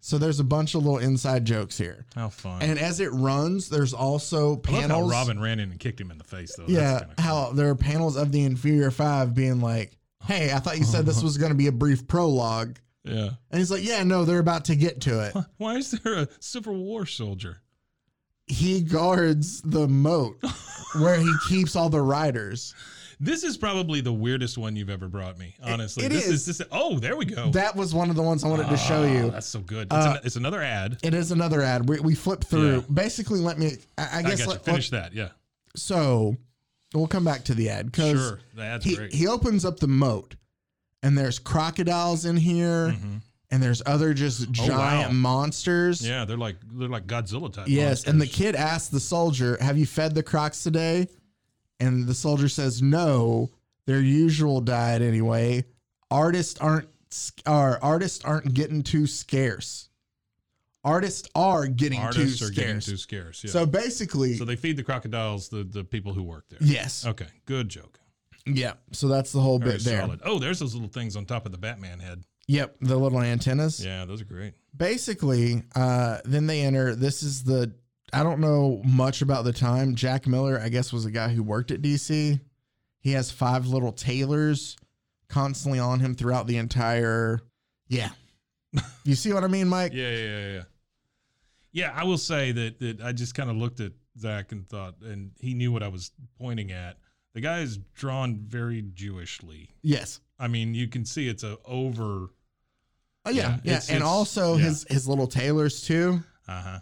So there's a bunch of little inside jokes here. How fun. And as it runs, there's also I love how panels. Robin ran in and kicked him in the face, though. Oh, That's Yeah, kinda cool. how there are panels of the inferior five being like, "Hey, I thought you said this was going to be a brief prologue," Yeah. and he's like, "Yeah, no, they're about to get to it." Why is there a Civil War soldier? He guards the moat where he keeps all the riders. This is probably the weirdest one you've ever brought me. Honestly, it this is. this. Oh, there we go. That was one of the ones I wanted to show Ah, you. That's so good. It's, Uh, an- it's another ad. It is another ad. We, we flip through. Yeah. Basically, let me. I, I I, guess got you. let- Finish that. Yeah, let- so we'll come back to the ad because sure. The ad's he, great. he opens up the moat and there's crocodiles in here Mhm. and there's other just Oh, wow. giant monsters. Yeah, they're like they're like Godzilla type. Yes, and the monsters. kid asks the soldier, "Have you fed the crocs today?" And the soldier says, "No, their usual diet anyway. Artists aren't sc- or artists aren't getting too scarce. Artists are getting artists too are scarce. getting too scarce. Yeah. So So, basically, they feed the crocodiles the the people who work there. yes, Okay. Good joke. yeah. So that's the whole Very bit there. solid. Oh, there's those little things on top of the Batman head. Yep, the little antennas. Yeah, those are great. basically, uh, then they enter. This is the I don't know much about the time. Jack Miller, I guess, was a guy who worked at DC. He has five little tailors constantly on him throughout the entire. Yeah, you see what I mean, Mike? Yeah, yeah, yeah, yeah. Yeah, I will say that that I just kind of looked at Zach and thought, and he knew what I was pointing at. The guy is drawn very Jewishly. Yes. I mean, you can see it's a over. Oh, yeah, Yeah, yeah. it's- and it's- also yeah. his his little tailors too. Uh huh.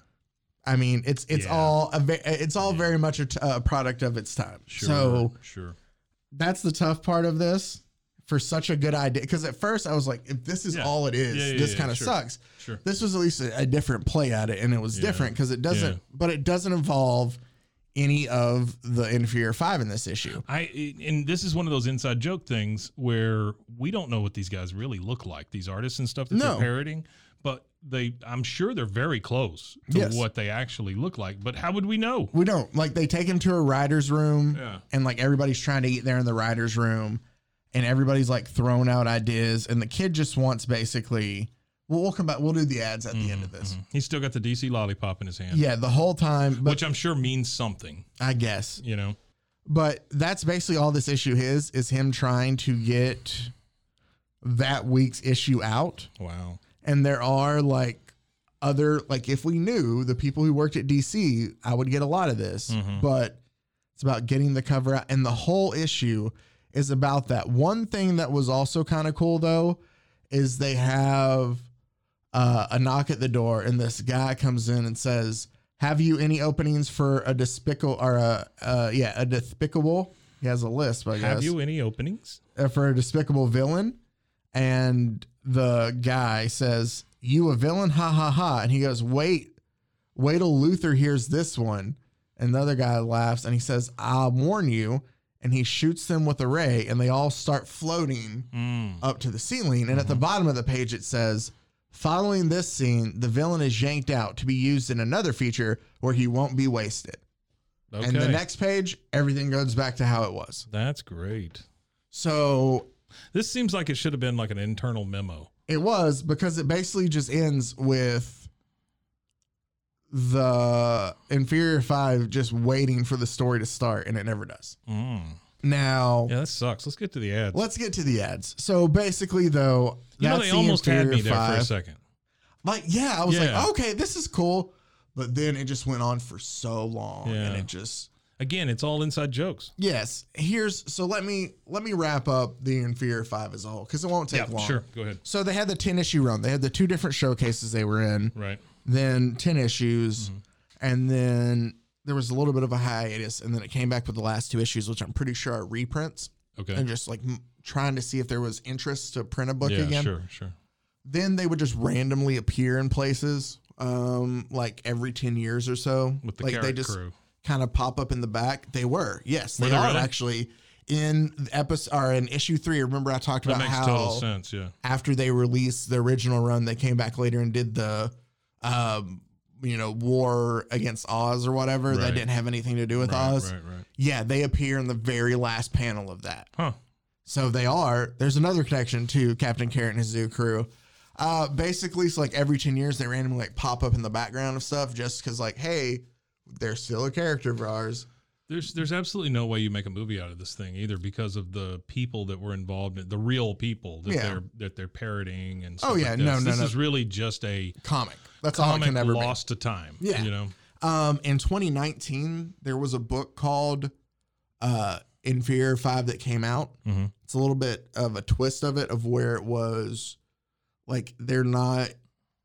I mean, it's it's Yeah. all a, ve- it's all Yeah. very much a, t- a product of its time. Sure. So sure. that's the tough part of this for such a good idea. Because at first I was like, if this is Yeah. all it is, Yeah, yeah, this yeah, kind of sure. sucks. Sure. This was at least a, a different play at it, and it was Yeah. different because it doesn't, Yeah. but it doesn't involve any of the inferior five in this issue. I and this is one of those inside joke things where we don't know what these guys really look like, these artists and stuff that No. they're parroting, but they I'm sure they're very close to Yes. what they actually look like, but how would we know? We don't like they take him to a writer's room, Yeah. and like everybody's trying to eat there in the writer's room, and everybody's like throwing out ideas, and the kid just wants basically. Well, we'll come back. We'll do the ads at the end of this. Mm-hmm. He's still got the DC lollipop in his hand, Yeah, the whole time, but which I'm sure means something, I guess you know. but that's basically all this issue is is him trying to get that week's issue out Wow. and there are like other like if we knew the people who worked at DC I would get a lot of this Mm-hmm. but it's about getting the cover out and the whole issue is about that one thing that was also kind of cool though is they have uh, a knock at the door and this guy comes in and says have you any openings for a despicable or a uh, yeah a despicable he has a list but I Have guess you any openings? uh, for a despicable villain and the guy says you a villain ha ha ha and he goes wait wait till luther hears this one and the other guy laughs and he says i warn you and he shoots them with a ray and they all start floating up to the ceiling and at the bottom of the page it says following this scene the villain is yanked out to be used in another feature where he won't be wasted Okay. and the next page everything goes back to how it was That's great. so This seems like it should have been like an internal memo. It was because it basically just ends with the inferior five just waiting for the story to start, and it never does. Mm. Now, Yeah, that sucks. Let's get to the ads. let's get to the ads. So basically, though, you know, that's they the almost had inferior me there for a five. second. Like, yeah, I was Yeah. like, okay, this is cool, but then it just went on for so long, Yeah. and it just Again, it's all inside jokes. yes. Here's so let me let me wrap up the inferior five as a whole because it won't take long. sure. Go ahead. So they had the ten issue run. They had the two different showcases they were in. Right. then 10 issues Mm-hmm. and then there was a little bit of a hiatus and then it came back with the last two issues which i'm pretty sure are reprints Okay. and just like m- trying to see if there was interest to print a book yeah, again sure, sure. then they would just randomly appear in places um like every 10 years or so With the like carrot they just crew. kind of pop up in the back they were yes they, Were they are really? actually in the episode or in issue three remember i talked That about makes how total sense, yeah. after they released the original run, they came back later and did the, um, you know, war against Oz or whatever. That Right. didn't have anything to do with right, Oz. right, right. Yeah, they appear in the very last panel of that. Huh. So they are. There's another connection to Captain Carrot and his zoo crew. Uh, basically, it's like every ten years they randomly like pop up in the background of stuff just because like, hey, they're still a character of ours. There's there's absolutely no way you make a movie out of this thing either because of the people that were involved in the real people that Yeah. they're that they're parroting and stuff Oh, yeah, like no, this. no, this no. is really just a Comic. That's all it comic can ever be. lost to time. Yeah. You know? Um, in 2019, there was a book called uh, inferior five that came out. Mhm. It's a little bit of a twist of it of where it was like they're not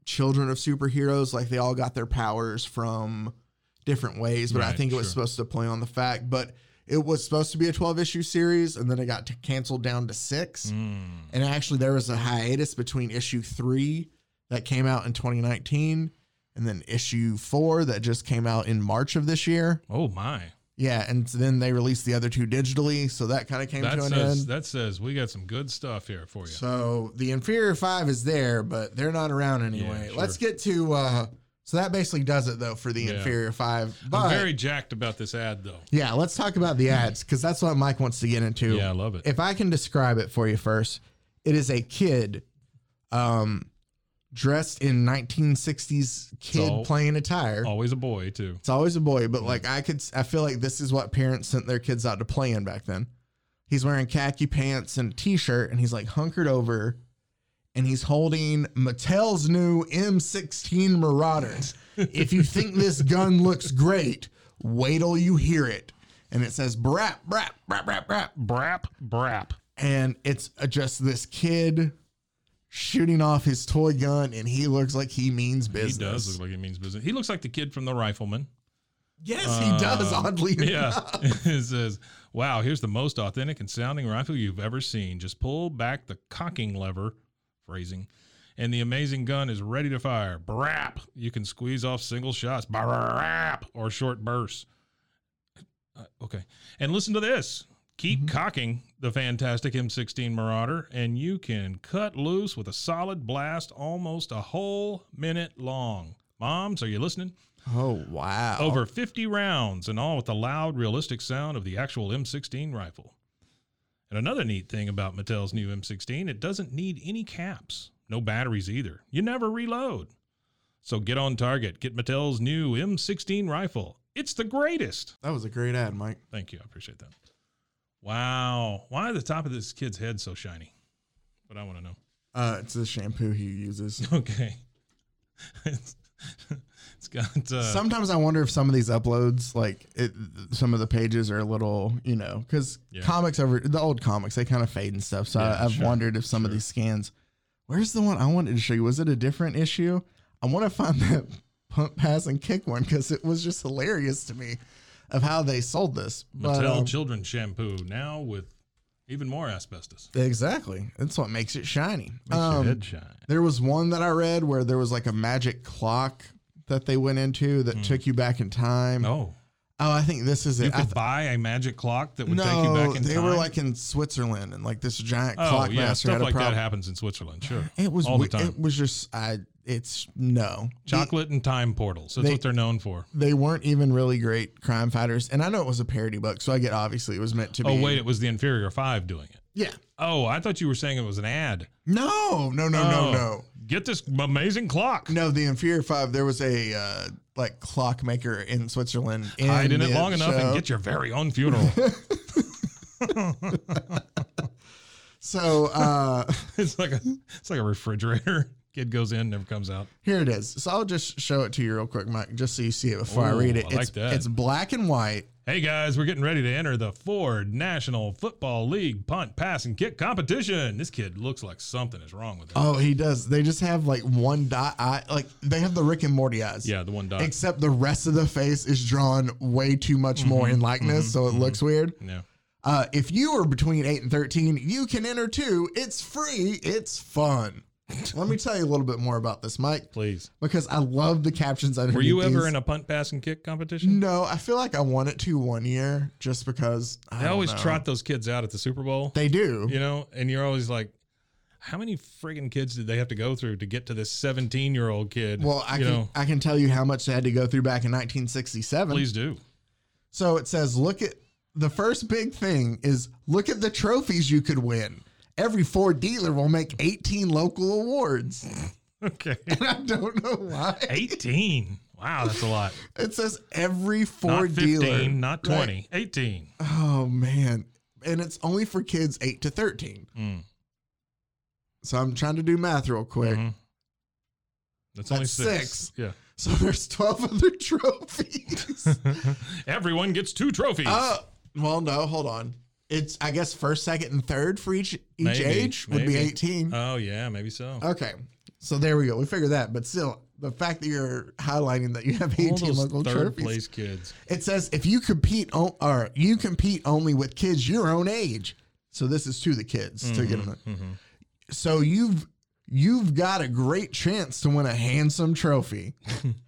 children of superheroes, like they all got their powers from different ways. But I Right, think it was sure. supposed to play on the fact, but it was supposed to be a 12 issue series and then it got t- canceled down to six. Mm. And actually, there was a hiatus between issue three that came out in 2019 and then issue four that just came out in March of this year. Oh my! Yeah, and so then they released the other two digitally, so that kind of came That to an says end. that says we got some good stuff here for you. So the inferior five is there, but they're not around anyway. sure. Let's get to. uh So that basically does it though for the Yeah. inferior five. But I'm very jacked about this ad though. yeah, let's talk about the ads because that's what Mike wants to get into. Yeah, I love it. If I can describe it for you first, it is a kid, um, dressed in 1960s kid all- playing attire. Always a boy too. It's always a boy, but like I could, I feel like this is what parents sent their kids out to play in back then. He's wearing khaki pants and a t-shirt, and he's like hunkered over, and he's holding Mattel's new M16 Marauder. if you think this gun looks great, wait till you hear it. And it says brap, brap, brap, brap, brap, Brap brap. and it's uh, just this kid shooting off his toy gun, and he looks like he means business. He does look like he means business. He looks like the kid from The Rifleman. yes, he does. Um, Oddly Yeah. enough. it says, wow, here's the most authentic and sounding rifle you've ever seen. Just pull back the cocking lever, phrasing, and the amazing gun is ready to fire. Brap. You can squeeze off single shots, brap, or short bursts. Uh, okay. And listen to this. Keep cocking the fantastic M16 Marauder, and you can cut loose with a solid blast almost a whole minute long. Moms, are you listening? Oh wow! Over 50 rounds, and all with the loud, realistic sound of the actual M16 rifle. And another neat thing about Mattel's new M16, it doesn't need any caps, no batteries either. You never reload. So get on target. Get Mattel's new M16 rifle. It's the greatest. That was a great ad, Mike. Thank you. I appreciate that. Wow. Why are the top of this kid's head so shiny? But I want to know. Uh, it's the shampoo he uses. Okay. it's, it's got uh, Sometimes I wonder if some of these uploads, like it, some of the pages, are a little, you know, because Yeah. comics over the old comics they kind of fade and stuff. So Yeah, I, I've sure, wondered if some of sure. these scans. Where's the one I wanted to show you? Was it a different issue? I want to find that pump pass and kick one because it was just hilarious to me of how they sold this. But, Mattel um, children shampoo now with even more asbestos. exactly, that's what makes it shiny. Makes your Um, head shine. There was one that I read where there was like a magic clock that they went into that took you back in time. Oh, No, I think this is Hmm. you it. I could th- buy a magic clock that would no, take you back in they time. were like in Switzerland and like this giant oh clock yeah, master stuff had a like that problem. happens in Switzerland. Sure, It was all the we- time. It was just I. It's no Chocolate and time portals. That's they- what they're known for. They, they weren't even really great crime fighters, and I know it was a parody book, so I get obviously it was meant to be. Oh wait, it was the inferior five doing it. yeah, Oh, I thought you were saying it was an ad. no, no, no, Oh, no, no. Get this amazing clock. No, the Inferior Five. There was a uh, like clockmaker in Switzerland. Hide in the it long enough show. and get your very own funeral. So uh, it's like a it's like a refrigerator. Kid goes in, never comes out. Here it is. So I'll just show it to you real quick, Mike, just so you see it before I Ooh, read it. I it's, like that. it's black and white. Hey guys, we're getting ready to enter the Ford National Football League punt, pass, and kick competition. This kid looks like something is wrong with him. Oh, he does. They just have like one dot eye. Like they have the Rick and Morty eyes. yeah, the one dot. Except the rest of the face is drawn way too much Mm-hmm, more in likeness, so it looks weird. no. Uh, if you are between 8 and 13, you can enter too. It's free, it's fun. Let me tell you a little bit more about this, Mike, Please. because I love the captions underneath Were you ever these. in a punt, pass, and kick competition? No, I feel like I wanted to one year just because I They don't always know. trot those kids out at the Super Bowl, They do. you know, and you're always like, how many friggin' kids did they have to go through to get to this 17 year old kid? Well, I you can know, I can tell you how much they had to go through back in 1967. please do. So it says, look at the first big thing is look at the trophies you could win. Every Ford dealer will make 18 local awards. Okay. And I don't know why. 18. Wow, that's a lot. It says every Not Ford 15, dealer. not 20, 18. Oh man. And it's only for kids 8 to 13. Mm. So I'm trying to do math real quick. Mhm. That's only That's six. six. Yeah. So there's 12 other trophies. Everyone gets two trophies. Oh, Uh, well, no, hold on. It's I guess first, second, and third for each each Maybe, age would be maybe. eighteen. Uh, Oh yeah, maybe so. okay, so there we go. We figured that, but still, the fact that you're highlighting that you have All eighteen those local third trophies. place kids. It says if you compete on, or you compete only with kids your own age. So this is to the kids to Mm-hmm, get them. So you've you've got a great chance to win a handsome trophy.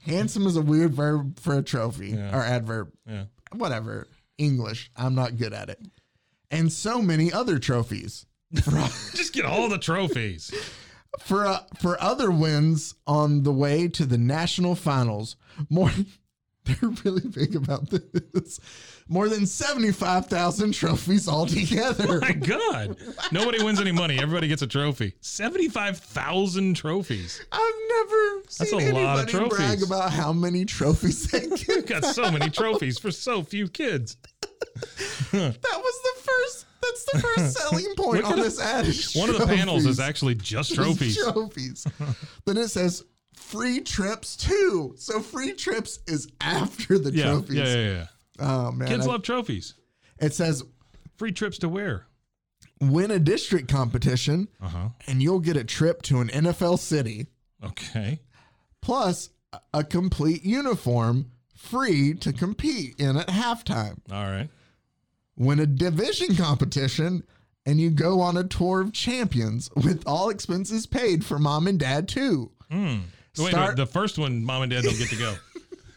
handsome is a weird verb for a trophy Yeah. or adverb, Yeah. whatever. English, I'm not good at it. And so many other trophies. Just get all the trophies. for uh, for other wins on the way to the national finals. More, they're really big about this. More than seventy five thousand trophies altogether. Oh My God. Nobody wins any money. Everybody gets a trophy. 75,000 trophies. I've never seen a anybody lot of brag trophies. about how many trophies they get. Got so many trophies for so few kids. That was the first. That's the first selling point Look on at this ad. is One of the panels is trophies. actually just Just trophies. trophies. then it says free trips too. So free trips is after the Yeah, trophies. yeah, yeah, yeah. Oh man, Kids I- love trophies. it says Free trips to where? win a district competition, Uh huh. and you'll get a trip to an NFL city, Okay. plus a- a complete uniform free to compete in at halftime. All right. Win a division competition, and you go on a tour of champions with all expenses paid for mom and dad, too. Wait, Start- wait, the first one, mom and dad don't get to go.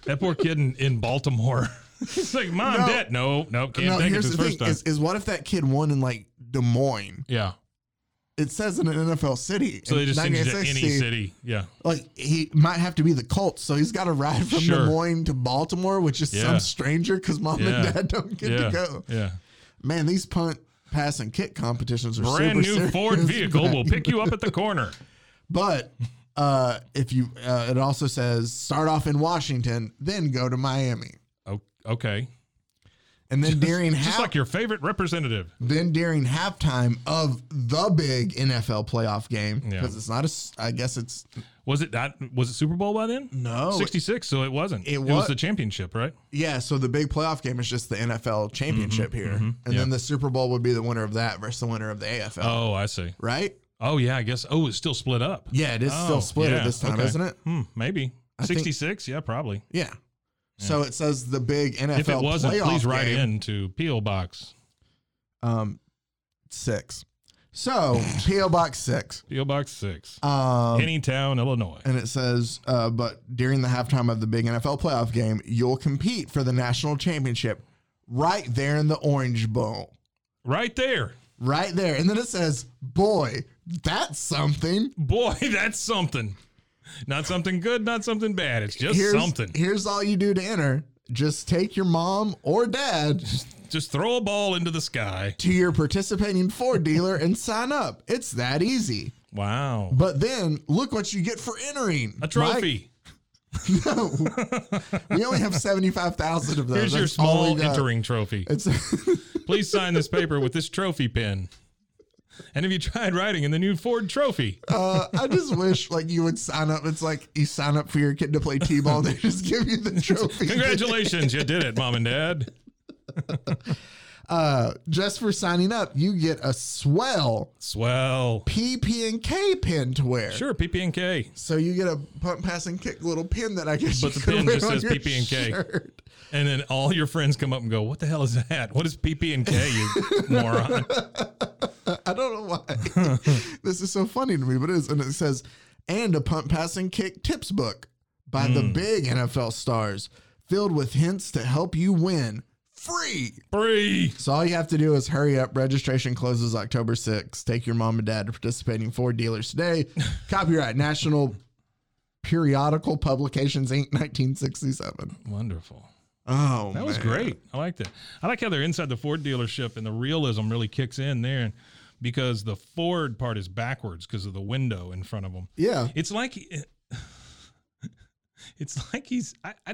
that poor kid in, in Baltimore. It's like, mom, No. dad, no, no, can't now, take it here's this the thing first time. is, is what if that kid won in like Des Moines? yeah. It says in an NFL city. So they and just not send you gonna to say any city. Yeah. like he might have to be the Colts, so he's got to ride from Des Sure. Moines to Baltimore, which is Yeah. some stranger because mom Yeah. and dad don't get yeah. to go. Yeah. Man, Man, these punt, pass, and kick competitions are super Brand new serious. Ford vehicle will pick you up at the corner. But uh, if you, uh, it also says start off in Washington, then go to Miami, Oh, okay. and then during Just half, like your favorite representative. then during halftime of the big NFL playoff game Yeah. because it's not a, s- I guess it's Was it that? Was it Super Bowl by then? no, Sixty six. So it wasn't. It It was, wa- the championship, right? Yeah, so the big playoff game is just the NFL championship here. And Mm-hmm. yeah. then the Super Bowl would be the winner of that versus the winner of the AFL. Oh, I see. Right? Oh yeah, I guess. Oh, it's still split up. Yeah, it is still Oh, split yeah, at this time, okay. isn't it? Hmm, maybe I think- sixty six. Yeah, probably. Yeah. So it says the big NFL if it wasn't, playoff please write game, in to PO Box. Um, six. So PO Box six. PO Box six, Um, Anytown, Illinois. and it says, uh, but during the halftime of the big NFL playoff game, you'll compete for the national championship right there in the Orange Bowl. Right there, Right there. And then it says, boy, that's something. boy. That's something. Not something good. Not something bad. It's just here's, something. Here's all you do to enter. Just take your mom or dad Just throw a ball into the sky. to your participating Ford dealer and sign up. It's that easy. Wow. But then look what you get for entering. A trophy. Mike, no. we only have 75,000 of those. Here's your uh, That's all small we got. entering trophy. It's Please sign this paper with this trophy pen. And have you tried writing in the new Ford trophy? uh, I just wish like you would sign up. It's like you sign up for your kid to play T-ball, they just give you the trophy. Congratulations, you did it, mom and dad. Uh, just for signing up, you get a swell Swell. PP&K pin to wear. Sure, PP and K. So you get a punt, pass, and kick little pin that I guess. But you the could pin wear just on says your PP&K. shirt. And then all your friends come up and go, "What the hell is that? What is PP and K, you moron?" I don't know why this is so funny to me, but it is. And it says, and a punt, pass, and kick tips book by the Hmm. big NFL stars, filled with hints to help you win. Free. Free. So all you have to do is hurry up. Registration closes October 6th. Take your mom and dad to participating Ford dealers today. Copyright National Periodical Publications Inc. 1967. Wonderful. Oh, That was man. great. I like that. I like how they're inside the Ford dealership and the realism really kicks in there, and because the Ford part is backwards because of the window in front of them. Yeah. It's like eh, it's like he's. I, I,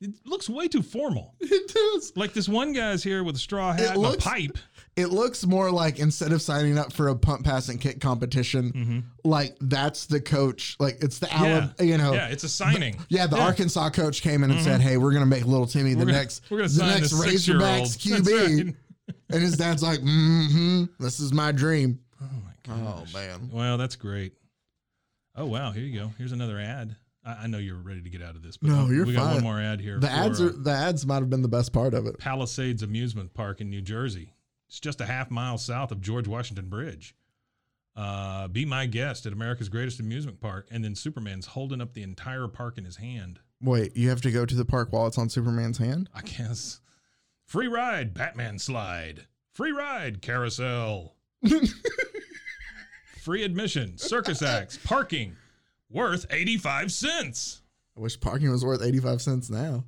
it looks way too formal. It does. Like this one guy's here with a straw hat It and looks- a pipe. It looks more like instead of signing up for a punt, pass, and kick competition, like that's the coach. Like it's the Alab- you know, Mm-hmm. yeah, it's a signing. Oh. yeah. The Yeah. Mm-hmm. Arkansas coach came in and said, "Hey, we're gonna make little Timmy the We're gonna- next, we're gonna the sign next the six-year-old." Razorbacks That's QB." right. and his dad's like, mm-hmm, this is my dream. Oh my Oh, gosh. man. Well, that's great. Oh wow, here you go. Here's another ad. I, I know you're ready to get out of this. But No, we- you're we got one fine. more ad here. The for, ads uh, are the ads might have been the best part of it. Palisades Amusement Park in New Jersey. It's just a half mile south of George Washington Bridge. Uh, be my guest at America's greatest amusement park, and then Superman's holding up the entire park in his hand. Wait, you have to go to the park while it's on Superman's hand? I guess. Free ride, Batman slide. Free ride, carousel. Free admission, circus acts, parking, worth 85 cents. I wish parking was worth 85 cents now.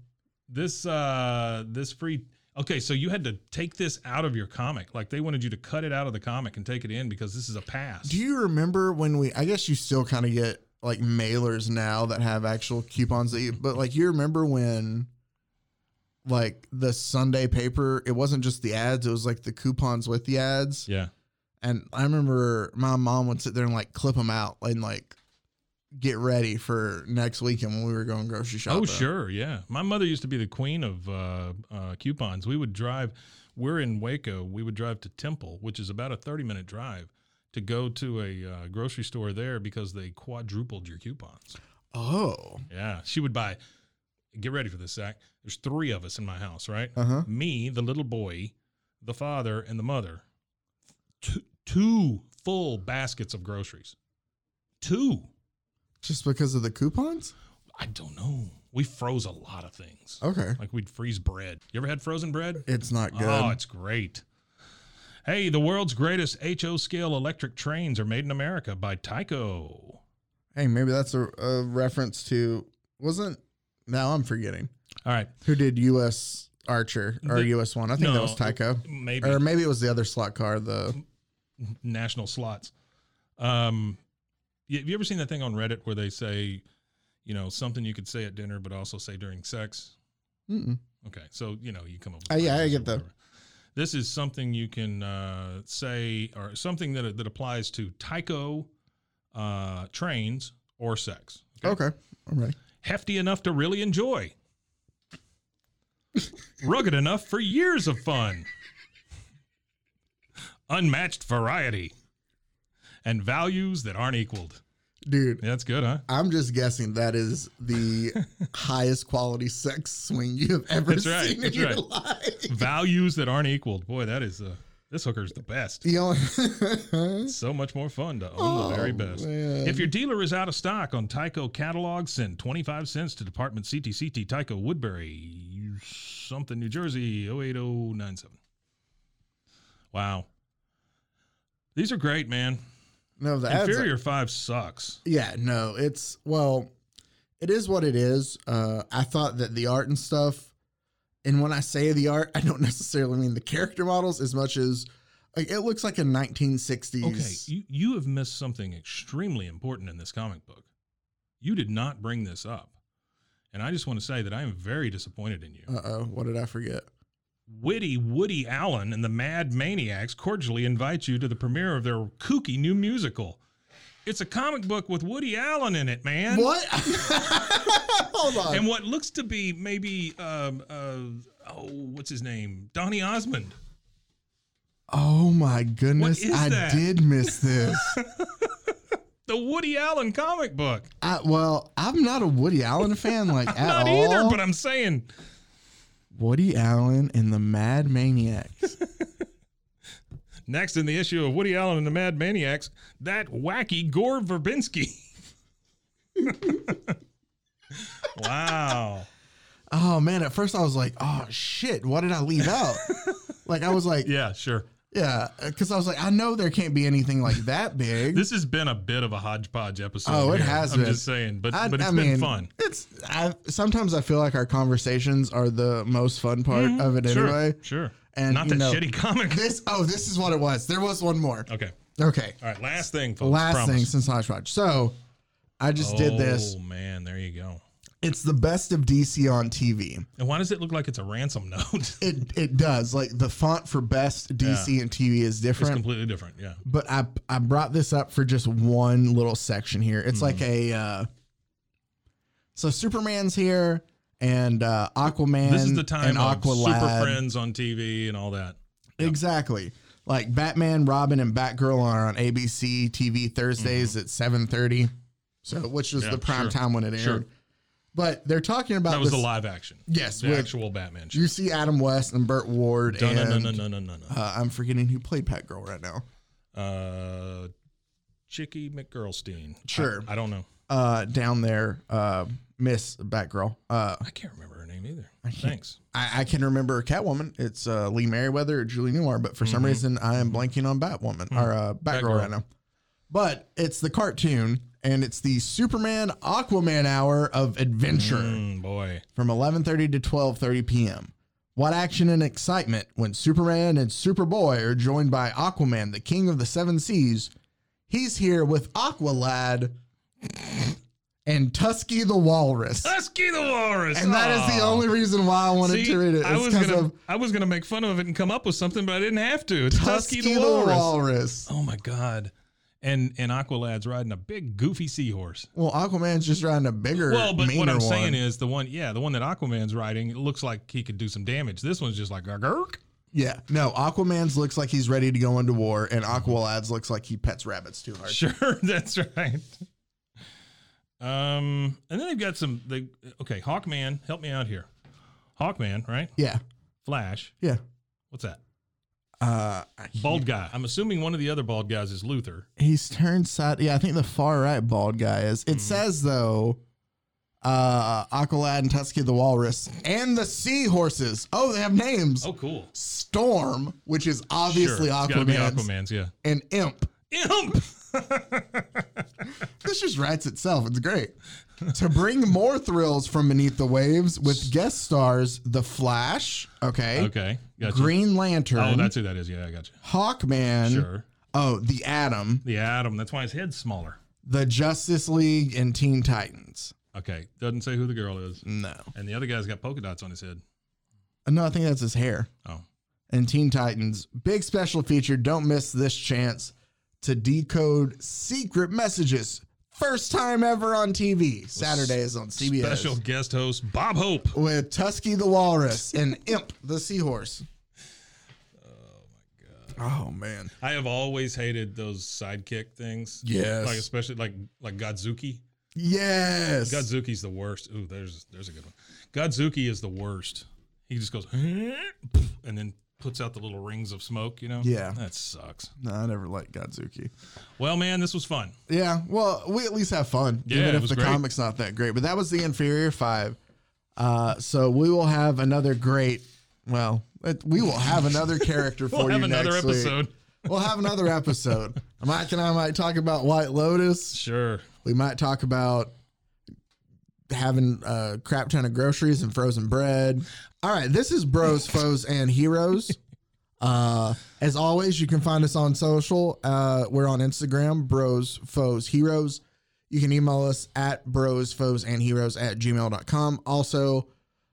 This uh this free Okay, so you had to take this out of your comic. Like they wanted you to cut it out of the comic and take it in because this is a pass. Do you remember when we I guess you still kind of get like mailers now that have actual coupons that you but like you remember when like the Sunday paper, it wasn't just the ads, it was like the coupons with the ads. yeah. And I remember my mom would sit there and like clip them out and like get ready for next weekend when we were going grocery shopping. Oh, sure. Yeah. My mother used to be the queen of uh, uh, coupons. We would drive, we're in Waco. We would drive to Temple, which is about a 30 minute drive, to go to a uh, grocery store there because they quadrupled your coupons. Oh. Yeah. She would buy, get ready for this, Zach. There's three of us in my house, right? Uh-huh. Me, the little boy, the father, and the mother. Two, two full baskets of groceries. Two. Just because of the coupons? I don't know. We froze a lot of things. Okay. Like we'd freeze bread. You ever had frozen bread? It's not good. Oh, it's great. Hey, the world's greatest HO scale electric trains are made in America by Tyco. hey, maybe that's a, a reference to wasn't now I'm forgetting. All right. Who did US Archer or The- US One? I think that was Tycho. Maybe Or maybe it was the other slot car, the national slots. Um, y- have you ever seen that thing on Reddit where they say, you know, something you could say at dinner, but also say during sex? mm-mm. Okay, so you know you come up. Uh, yeah, I phrases or get that. whatever. This is something you can uh, say, or something that that applies to Tyco uh, trains or sex. Okay. All right. hefty enough to really enjoy, rugged enough for years of fun, unmatched variety, and values that aren't equaled. Dude, Yeah, that's good, huh? I'm just guessing that is the highest quality sex swing you have ever That's right, seen that's in right. your life. values that aren't equaled. Boy, that is uh, this hooker's the best. You know, So much more fun to own the very Oh, best. man. If your dealer is out of stock on Tyco catalogs, send 25 cents to Department CTCT Tyco Woodbury, something, New Jersey, 08097. Wow. These are great, man. no, the ads Inferior 5 sucks. Yeah, no, it's well, it is what it is. Uh, I thought that the art and stuff, and when I say the art, I don't necessarily mean the character models as much as like it looks like a 1960s. Okay, you, you have missed something extremely important in this comic book. You did not bring this up. And I just want to say that I am very disappointed in you. Uh oh, what did I forget? Witty Woody Allen and the Mad Maniacs cordially invite you to the premiere of their kooky new musical. It's a comic book with Woody Allen in it, man. what? Hold on. And what looks to be maybe, um, uh, oh, what's his name? Donny Osmond. oh my goodness, is I that? did miss this. The Woody Allen comic book. I, well, I'm not a Woody Allen fan, like at Not all. either, but I'm saying Woody Allen and the Mad Maniacs. next in the issue of Woody Allen and the Mad Maniacs, that wacky Gore Verbinski. wow. Oh man, at first I was like, oh shit, what did I leave out? like I was like, Yeah, sure. yeah, because I was like, I know there can't be anything like that big. This has been a bit of a hodgepodge episode. Oh, it here. has I'm been. just saying, but I- but it's I been mean, fun. It's I sometimes I feel like our conversations are the most fun part of it Mm-hmm. Sure, anyway. sure. and not you that know- shitty comic. This oh, this is what it was. There was one more. okay, Okay, all right. Last thing, folks. last promise. thing since Hodgepodge. So I just did this. Oh man, there you go. It's the best of DC on TV. And why does it look like it's a ransom note? It it does like the font for best DC and TV is it's different. completely different. Yeah. but I I brought this up for just one little section here. It's Hmm. like a uh so Superman's here and uh Aquaman this is the time and of Aqualad Super Friends on TV and all that. Exactly. Like Batman, Robin, and Batgirl are on ABC TV Thursdays at seven thirty. So which was Mm-hmm. Yeah, the prime sure. time when it aired. Sure. But they're talking about That was this- the live action. Yes, the with- actual Batman. You see Adam West and Burt Ward No, no, no, and no, no, no, no, no. Uh, I'm forgetting who played Batgirl right now. Uh, Chicky McGirlstein. I- Sure. I, don't know. Uh, down there, uh, Miss Batgirl. Uh, I can't remember her name either. Thanks. I, I can remember Catwoman. It's uh, Lee Merriweather or Julie Newmar, but for some reason I am blanking on Batwoman or uh, Batgirl, Mm-hmm. Batgirl. right now. But it's the cartoon and it's the Superman Aquaman hour of adventure Mm, boy. from 11:30 to 12:30 p.m. What action and excitement when Superman and Superboy are joined by Aquaman, the King of the Seven Seas. He's here with Aqualad and Tusky the Walrus. Husky the Walrus. And that is the Aw. only reason why I wanted See, to read it. I It's was 'cause gonna, of I was gonna make fun of it and come up with something, but I didn't have to. It's Husky, Tusky, the, Walrus. Walrus. Oh my god! And and Aqualad's riding a big goofy seahorse. Well, Aquaman's just riding a bigger, Well, but meaner what I'm one. saying is the one, yeah, the one that Aquaman's riding, it looks like he could do some damage. This one's just like gurk. yeah, no, Aquaman's looks like he's ready to go into war, and Aqualad's looks like he pets rabbits too hard. Sure, that's right. Um, and then they've got some. They okay, Hawkman, help me out here. Hawkman, right? Yeah, Flash. yeah. What's that? Uh, I- Bald guy. I'm assuming one of the other bald guys is Luther. he's turned side. Yeah, I think the far right bald guy is. Hmm. It says though, uh, Aqualad and Tusky the Walrus and the seahorses. Oh, they have names. Oh, cool. Storm, which is obviously Sure, it's gotta be Aquaman's, Aquaman's, yeah. and Imp. Imp. This just writes itself. It's great. to bring more thrills from beneath the waves with guest stars The Flash, okay, Okay, gotcha. Green Lantern, Oh, that's who that is. Yeah, I got you. Hawkman, Sure. oh, The Atom, The Atom. That's why his head's smaller. The Justice League, and Teen Titans. Okay, doesn't say who the girl is. No. And the other guy's got polka dots on his head. No, I think that's his hair. Oh, And Teen Titans, big special feature. Don't miss this chance to decode secret messages. First time ever on TV. Saturdays on CBS. special guest host Bob Hope. with Tusky the Walrus and Imp the Seahorse. Oh my god. Oh man. I have always hated those sidekick things. Yes. Like especially like like Godzuki. Yes. Godzuki's the worst. Ooh, there's there's a good one. Godzuki is the worst. He just goes "Huh?" and then puts out the little rings of smoke, you know? Yeah. That sucks. no, I never liked Godzuki. Well, man, this was fun. Yeah. Well, we at least have fun. Yeah, even it if was the great. comic's not that great. But that was the inferior five. Uh, so we will have another great well, it, we will have another character for We'll have you another next week. episode. We'll have another episode. Mike and I might talk about White Lotus. Sure. We might talk about having a crap ton of groceries and frozen bread. All right, this is Bros, Foes, and Heroes. Uh, as always, you can find us on social. Uh, we're on Instagram, Bros, Foes, Heroes. You can email us at bros, foes, and heroes at gmail.com. Also,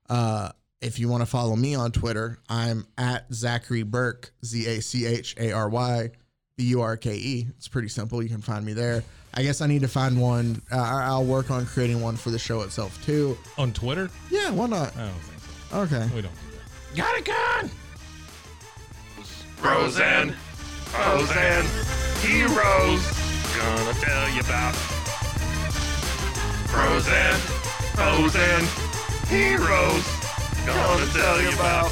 uh, if you want to follow me on Twitter, I'm at Zachary Burke, Z A C H A R Y B U R K E. It's pretty simple. You can find me there. I guess I need to find one. Uh, I- I'll work on creating one for the show itself too. On Twitter? Yeah, why not? I don't think so. Okay. We don't do that. Got it, gun! Bros and foes and heroes. Gonna tell you about bros and foes and heroes. Gonna tell you about.